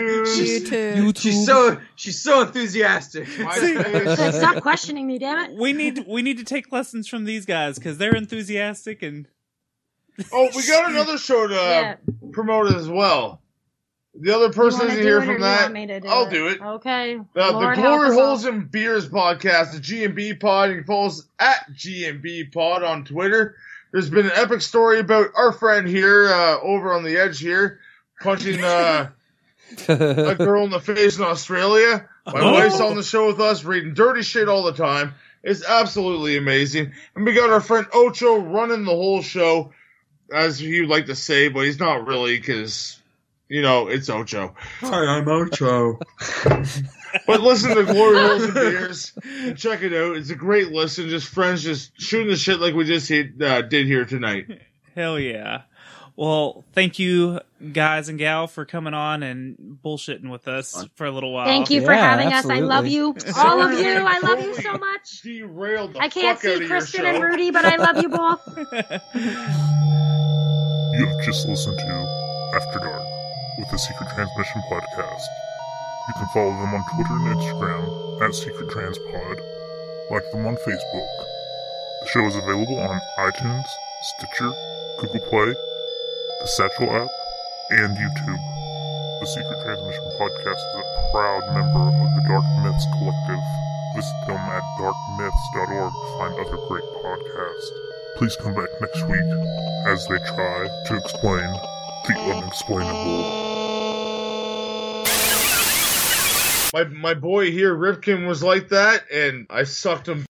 A: YouTube.
J: She's so she's so enthusiastic.
E: Like, Stop questioning me, damn it.
G: we need we need to take lessons from these guys because they're enthusiastic and
I: Oh, we got another show to uh,
E: Yeah.
I: promote as well. The other
E: You
I: person
E: wanna
I: isn't
E: do
I: here
E: it or
I: from
E: you
I: that.
E: want me to do
I: I'll do it.
E: Okay.
I: Uh,
E: Lord
I: the
E: help
I: Glory
E: us
I: Holes
E: all.
I: and Beers podcast, the GMB pod, and follows at GMB pod on Twitter. There's been an epic story about our friend here uh, over on the edge here punching uh, a girl in the face in Australia. My
S: Oh.
I: wife's on the show with us reading dirty shit all the time. It's absolutely amazing. And we got our friend Ocho running the whole show, as he would like to say, but he's not really because, you know, it's Ocho.
J: Hi, I'm Ocho.
I: But listen to Glory Holes and Beers. And check it out. It's a great listen. Just friends just shooting the shit like we just hit, uh, did here tonight.
G: Hell yeah. Well, thank you guys and gal for coming on and bullshitting with us for a little while.
E: Thank you for having us. I love you, all of you. I love you so much.
I: Derailed
E: I can't
I: fuck out of
E: see
I: your
E: Kristen
I: show.
E: and Rudy, but I love you both.
F: You have just listened to After Dark with the Secret Transmission Podcast. You can follow them on Twitter and Instagram at Secret Transpod, like them on Facebook. The show is available on iTunes, Stitcher, Google Play, the Satchel app, and YouTube. The Secret Transmission Podcast is a proud member of the Dark Myths Collective. Visit them at darkmyths.org to find other great podcasts. Please come back next week as they try to explain the unexplainable.
I: My my boy here, Ripkin, was like that, and I sucked him